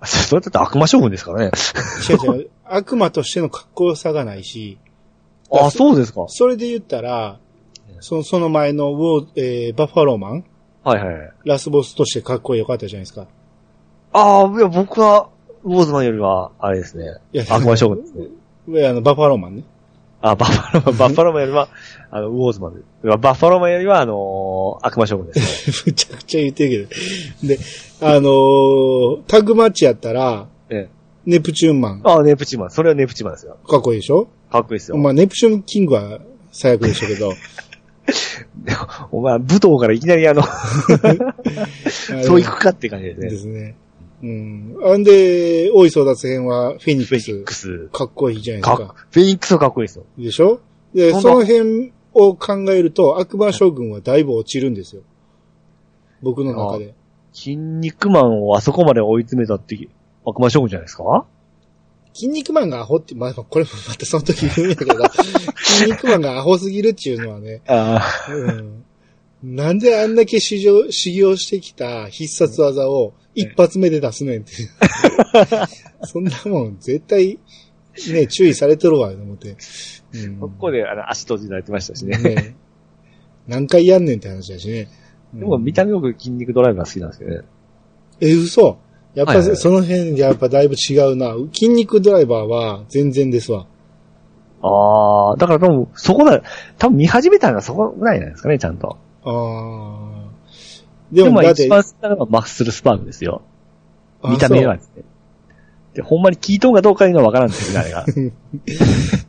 B: あそそれだって悪魔将軍ですからね。
A: 違う違う、悪魔としてのかっこよさがないし、
B: あ、そうですか。
A: それで言ったら、そのその前のウォー、えーバッファローマン、
B: はいはいはい。
A: ラスボスとしてかっこよかったじゃないですか。
B: ああ、いや、僕は、ウォーズマンよりは、あれですね。
A: いや
B: 悪魔将軍ですね。
A: えあのバッファローマンね。
B: あ、バッファローマン、バッファローマンよりは、あの、ウォーズマンです。バッファローマンよりは、あのー悪魔将軍ですね。
A: むちゃくちゃ言ってるけど。で、あのータッグマッチやったら、
B: ええ。
A: ネプチューンマン、か
B: ああ、ネプチューンマン。それはネプチューンマンですよ。
A: っこいいでしょ
B: かっこいいですよ。
A: まあ、ネプチューンキングは最悪でしたけど。
B: お前、武道からいきなりあの、 そういくかって感じです
A: で
B: ね。
A: すね。うん。あんで、大井争奪編はフェニッ
B: フェ
A: ク
B: ニッ
A: ス
B: ク。ス。
A: かっこいいじゃないで
B: か
A: す
B: っ
A: か。
B: フェニックスはかっこいいですよ。
A: でしょで、
B: 今
A: そ
B: 度
A: の辺を考えると、悪魔将軍はだいぶ落ちるんですよ。僕の中で。
B: 筋肉マンをあそこまで追い詰めたって、悪魔将軍じゃないですか
A: 筋肉マンがアホって、まあ、これもまたその時言うんやけど、 筋肉マンがアホすぎるっていうのはね、
B: あ
A: うん。なんであんだけ修行修行してきた必殺技を一発目で出すねんって。 そんなもん絶対、ね、注意されてるわ、と思って。うん
B: ここで、あの、足閉じられてましたしね。
A: ね何回やんねんって話だしね。
B: でも、見た目よく筋肉ドライバー好きなんですけどね。
A: え、嘘やっぱ、
B: はいはい
A: その辺、やっぱだいぶ違うな。筋肉ドライバーは全然ですわ。
B: ああ、だから多分、そこな、多分見始めたのがそこぐらいなんですかね、ちゃんと。
A: ああ。
B: で
A: で
B: も
A: も、だって
B: 一、番好きなのがマッスルスパームですよ。見た目は
A: あ
B: ですね。で、ほんまに聞いとんかどうかいうのはわからんですよね、あれ が。
A: そ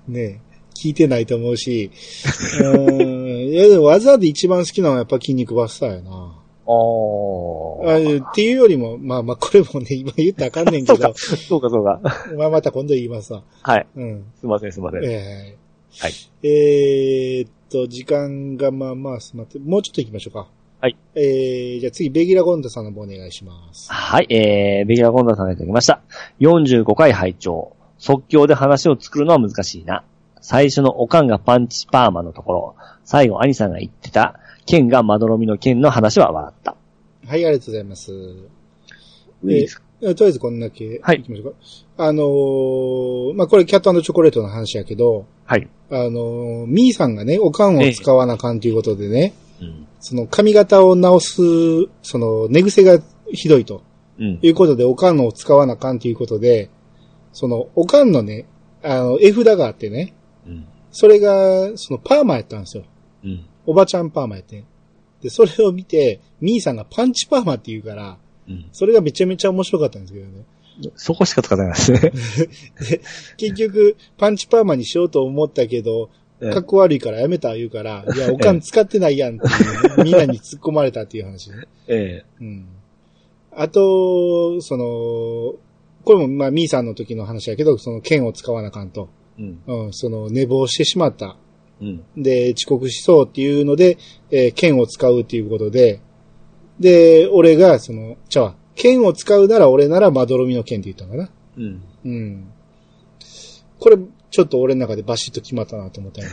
A: うね聞いてないと思うし。 うーん。いや、でも技で一番好きなのはやっぱ筋肉バスターやな。あ
B: お
A: っていうよりも、まあまあ、これもね、今言ったらあかんねん
B: そ
A: け
B: うか
A: ど、、
B: そうか、そうか。
A: まあまた今度言いますわ。
B: はい。
A: うん。
B: すいません、すいません。
A: えー、
B: はい。
A: えーっと、時間がまあまあ、すまって、もうちょっと行きましょうか。
B: はい。
A: えー、じゃあ次、ベギラゴンダさんの方お願いします。
B: はい、えー、ベギラコンダさんがいただきました。45回拝聴即興で話を作るのは難しいな。最初のオカンがパンチパーマのところ、最後、アニさんが言ってた、剣がまどろみの剣の話は笑った。
A: はい、ありがとうございます。
B: いいですか
A: えとりあえずこんだけ、
B: はい
A: 行きましょうか。あのーまあこれ、キャットチョコレートの話やけど、
B: はい。
A: あのーミーさんがね、おかんを使わなあかんということでね、
B: うん。
A: その髪型を直す、その寝癖がひどいと。
B: うん
A: と。いうことで、おかんのを使わなあかんということで、その、おかんのね、あの、絵札があってね、
B: うん。
A: それが、その、パーマやったんですよ。
B: うん。
A: おばちゃんパーマやって。で、それを見て、ミーさんがパンチパーマって言うから、
B: うん。
A: それがめちゃめちゃ面白かったんですけどね。
B: そこしか使ってないですね。
A: 結局、パンチパーマにしようと思ったけど、かっこ悪いからやめた言うから、いや、おかん使ってないやんっていうね、みんなに突っ込まれたっていう話ね。
B: ええ。
A: うん。あと、その、これも、まあ、ミーさんの時の話やけど、その、剣を使わなあかんと。
B: うん。
A: うん、その、寝坊してしまった。
B: うん。
A: で、遅刻しそうっていうので、えー剣を使うっていうことで、で、俺が、その、ちゃうわ剣を使うなら俺ならまどろみの剣って言ったのかな。
B: うん。
A: うん。これ、ちょっと俺の中でバシッと決まったなと思ったんや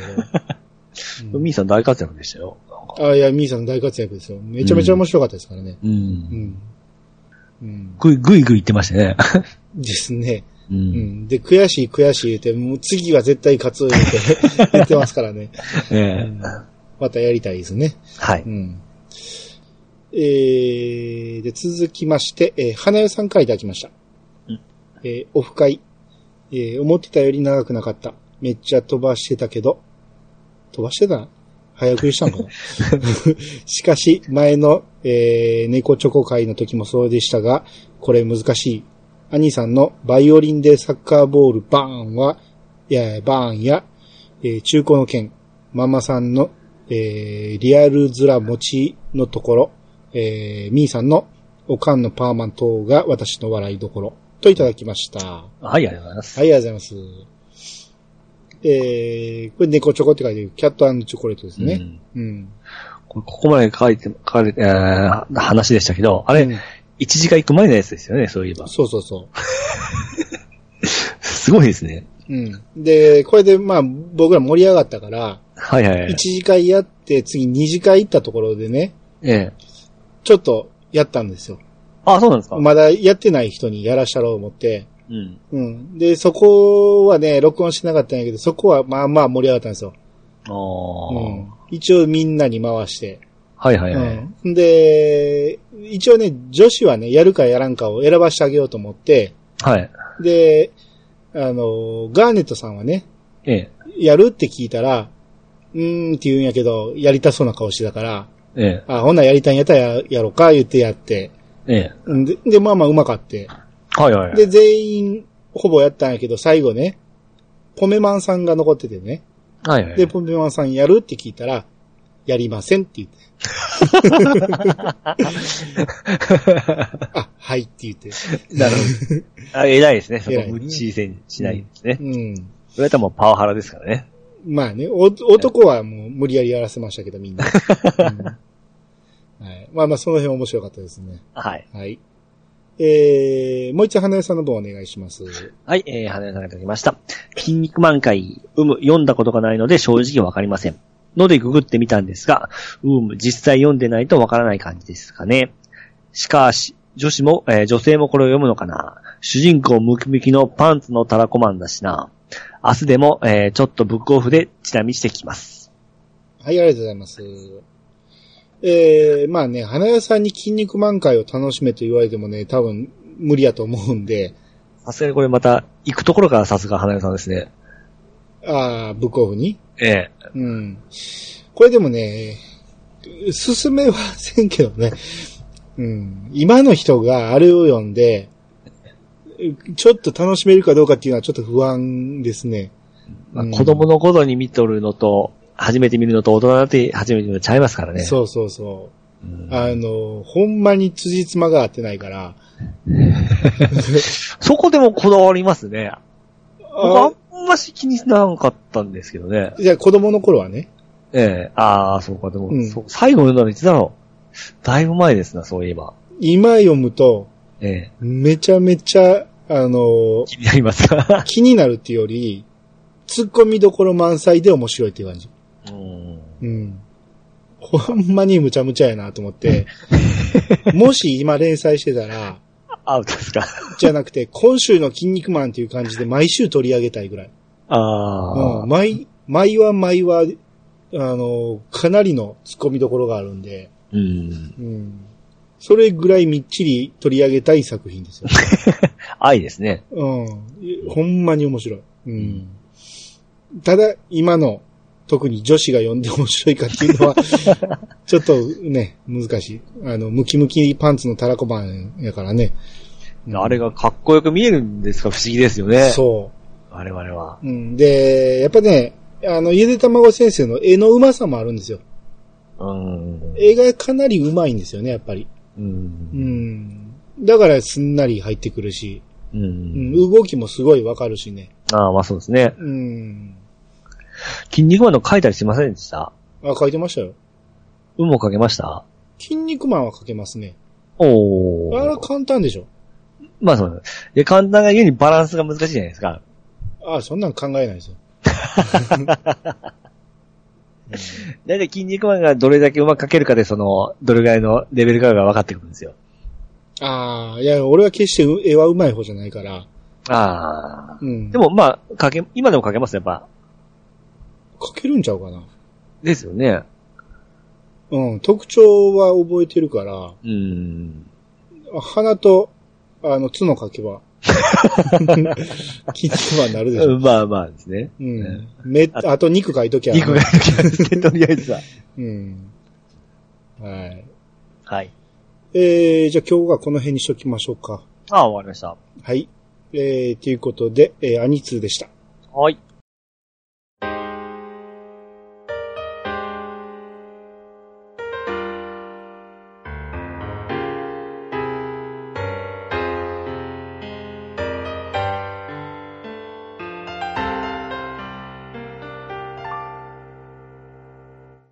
A: け ど。
B: ミーさん大活躍でしたよ。
A: あ、いや、ミーさん大活躍ですよ。めちゃめちゃ面白かったですからね。
B: う。
A: うんん。うん。
B: ぐいぐいぐい言ってましたね。
A: ですね。
B: う。
A: うんん。で、悔しい悔しい言うて、もう次は絶対勝つ言って 言ってますからね。
B: え
A: う
B: え
A: ん。またやりたいですね。
B: はい。
A: うん。えー、で、続きまして、えー花代さんからいただきました。
B: うん
A: えーオフ会。えー思ってたより長くなかった。めっちゃ飛ばしてたけど、飛ばしてた早送りしたの かなしかし、前の、えー猫チョコ会の時もそうでしたが、これ難しい。兄さんのバイオリンでサッカーボールバーンは、いや、バーンや、えー中古の剣、ママさんの、えーリアルズラ持ちのところ、えーミーさんのおかんのパーマン等が私の笑いどころ、といただきました。は
B: はい、ありがとうございます。
A: い、ありがとうございます。えー、これ猫チョコって書いてる、キャットチョコレートです
B: う
A: ね。
B: ん
A: うん。
B: これここまで書いて、書かれて、えー話でしたけど、あれ、
A: うん
B: 一時間行く前のやつですよね、そういえば。
A: そうそうそ
B: すごいですね。
A: う。うん。で、これでまあ僕ら盛り上がったから、
B: はいはいはい
A: 1。次会やって次2次会行ったところでね、
B: ええ。
A: ちょっとやったんですよ。
B: あ、そうなんですか
A: まだやってない人にやらしたろう思って、
B: うん。
A: うん。で、そこはね、録音してなかったんやけど、そこはまあまあ盛り上がったんですよ。
B: あ
A: う
B: あ。
A: ん。一応みんなに回して。
B: はいはいはい。
A: うん。で、一応ね、女子はね、やるかやらんかを選ばしてあげようと思って、
B: はい。
A: で、あの、ガーネットさんはね、
B: ええ。
A: やるって聞いたら、うーんって言うんやけど、やりたそうな顔してたから、
B: ええ。
A: あ、ほんならやりたいんやったらややろうか、言ってやって。
B: ええ。
A: うんで、でまあまあうまかって。
B: はいはいはい。
A: で、全員、ほぼやったんやけど、最後ね、ポメマンさんが残っててね。
B: はいはい。
A: で、ポメマンさんやるって聞いたら、やりませんって言って。あ、はいって言って。
B: なるほ ど。あ偉いですね。そこ
A: 偉い
B: 無理しせんしないんですね。
A: うん。
B: それともうパワハラですからね。
A: まあね、お男はもう無理やりやらせましたけど、みんな。うんはい、まあまあ、その辺面白かったですね。
B: はい。
A: はい。えー、もう一度花屋さんの方お願いします。
B: はい、えー、花屋さんがいただきました。筋肉満開、うむ、読んだことがないので正直わかりません。のでググってみたんですが、うむ、実際読んでないとわからない感じですかね。しかし、女子も、えー女性もこれを読むのかな。主人公ムキムキのパンツのたらこマンだしな。明日でも、えーちょっとブックオフでチラ見してきます。
A: はい、ありがとうございます。えー、まあね、花屋さんに筋肉満開を楽しめと言われてもね、多分無理やと思うんで、
B: さすがにこれまた、行くところからさすが花屋さんですね。
A: あー、ブックオフに
B: ええ
A: うん。これでもね、進めはせんけどね。うん。今の人があれを読んで、ちょっと楽しめるかどうかっていうのはちょっと不安ですね。
B: まあ
A: うん
B: 子供の頃に見とるのと、初めて見るのと大人になって初めて見るのちゃいますからね。
A: そうそうそう。
B: うん
A: あの、ほんまに辻褄が合ってないから。
B: そこでもこだわりますね。僕あ
A: あ
B: んまし気にならんかったんですけどね。
A: じゃあ子供の頃はね。
B: ええああ、そうか、でも、
A: うん
B: そう最後読んだのいつだろう。だいぶ前ですな、そういえば。
A: 今読むと、
B: ええ
A: めちゃめちゃ、あの、
B: 気になりま すか
A: 気になるっていうより、突っ込みどころ満載で面白いっていう感じ。
B: うん。
A: うん。ほんまにむちゃむちゃやなと思って、もし今連載してたら、
B: アウトですか。
A: じゃなくて、今週の筋肉マンっていう感じで毎週取り上げたいぐらい。
B: ああ、
A: うん、毎、毎は毎は、あの、かなりの突っ込みどころがあるんで、
B: うん。
A: うん。それぐらいみっちり取り上げたい作品ですよ。
B: 愛ですね。
A: うん。ほんまに面白い。うん。ただ、今の、特に女子が読んで面白いかって いうのは、ちょっとね、難しい。あの、ムキムキパンツのたらこマンやからね。
B: あれがかっこよく見えるんですか不思議ですよね。
A: そ
B: 我々は。
A: う。うん。で、やっぱね、あの、ゆでたまご先生の絵のうまさもあるんですよ。
B: うん。
A: 絵がかなりうまいんですよね、やっぱり。
B: う。
A: うんん。だからすんなり入ってくるし、
B: う
A: うん、
B: ん。
A: 動きもすごいわかるしね。
B: ああ、まあそうですね。
A: うん。
B: 筋肉マンの書いたりしませんでした
A: あ、書いてましたよ。
B: 運もかけました
A: 筋肉マンは書けますね。
B: お
A: あれ
B: ー。
A: 簡単でしょ。
B: まあそうです。いや、簡単が言うにバランスが難しいじゃないですか。
A: あそんなん考えないですよ。
B: だいたい筋肉マンがどれだけうまく書けるかで、その、どれぐらいのレベルかが分かってくるんですよ。
A: ああ、いや、俺は決して絵は上手い方じゃないから。
B: ああ。
A: うん。
B: で、もまあ、書け、今でも書けますね、やっぱ。
A: 書けるんちゃうかな。
B: ですよね。
A: うん、特徴は覚えてるから、
B: うん。
A: 鼻と、あの、角書け ば。筋肉マンになるでしょ。
B: まあまあですね。
A: うん。目、あと肉書いときゃ。
B: 肉がいる気がして、とりあえ ずは。
A: うん。はい。
B: はい。
A: えー、じゃあ今日はこの辺にしときましょうか。
B: ああ、終わりました。
A: はい。えー、ということで、えー、アニツーでした。
B: はい。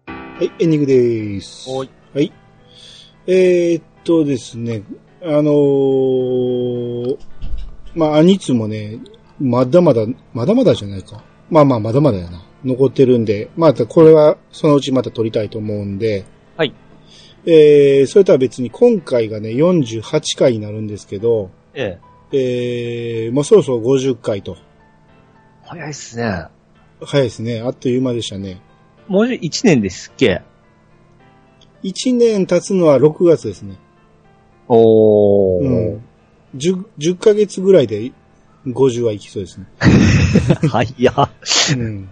A: はい、エンディングです。
B: おい。
A: はい。えー、っとですね、あのー、まあ、アニツもね、まだまだ、まだまだじゃないか。まあまあ、まだまだやな。残ってるんで、またこれはそのうちまた撮りたいと思うんで。
B: はい。
A: えー、それとは別に今回がね、48回になるんですけど、
B: ええ。
A: えー、もうそろそろ50回と。
B: 早いっすね。
A: 早いですね。あっという間でしたね。
B: もう一年ですっけ
A: 1年経つのは6月ですね。
B: お
A: うん。10、10ヶ月ぐらいで50はいきそうですね。
B: はい、いや。
A: うん。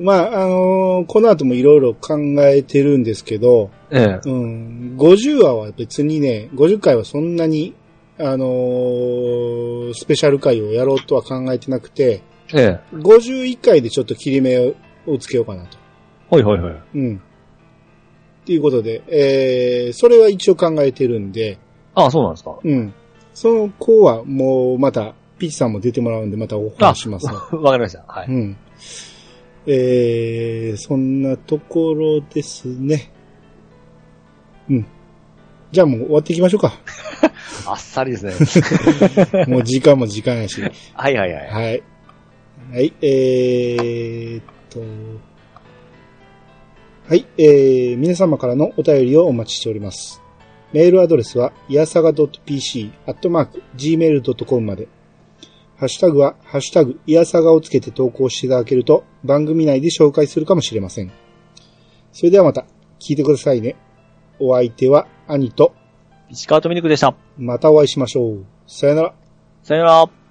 A: まあ、あのーこの後もいろいろ考えてるんですけど、
B: ええ。
A: うん、50話は別にね、50回はそんなに、あのースペシャル回をやろうとは考えてなくて、
B: ええ。
A: 51回でちょっと切り目をつけようかなと。
B: ほいほいほい。
A: うん。っていうことで、えー、それは一応考えてるんで、
B: ああ、そうなんですか。
A: うん。その子はもうまた、ピッチさんも出てもらうんでまたお話しますね。
B: わかりました。は
A: う
B: い。
A: ん。えー、そんなところですね。うん。じゃあもう終わっていきましょう か。
B: あっさりですね。
A: もう時間も時間やし。
B: はいはいはい。
A: はい。はい、えーっと。はい、えー、皆様からのお便りをお待ちしております。メールアドレスは、いやさが .pc、アットマーク、gmail.com まで。ハッシュタグは、ハッシュタグ、いやさがをつけて投稿していただけると、番組内で紹介するかもしれません。それではまた、聞いてくださいね。お相手は、兄と、
B: 石川とみにくでした。
A: またお会いしましょう。さよなら。
B: さよなら。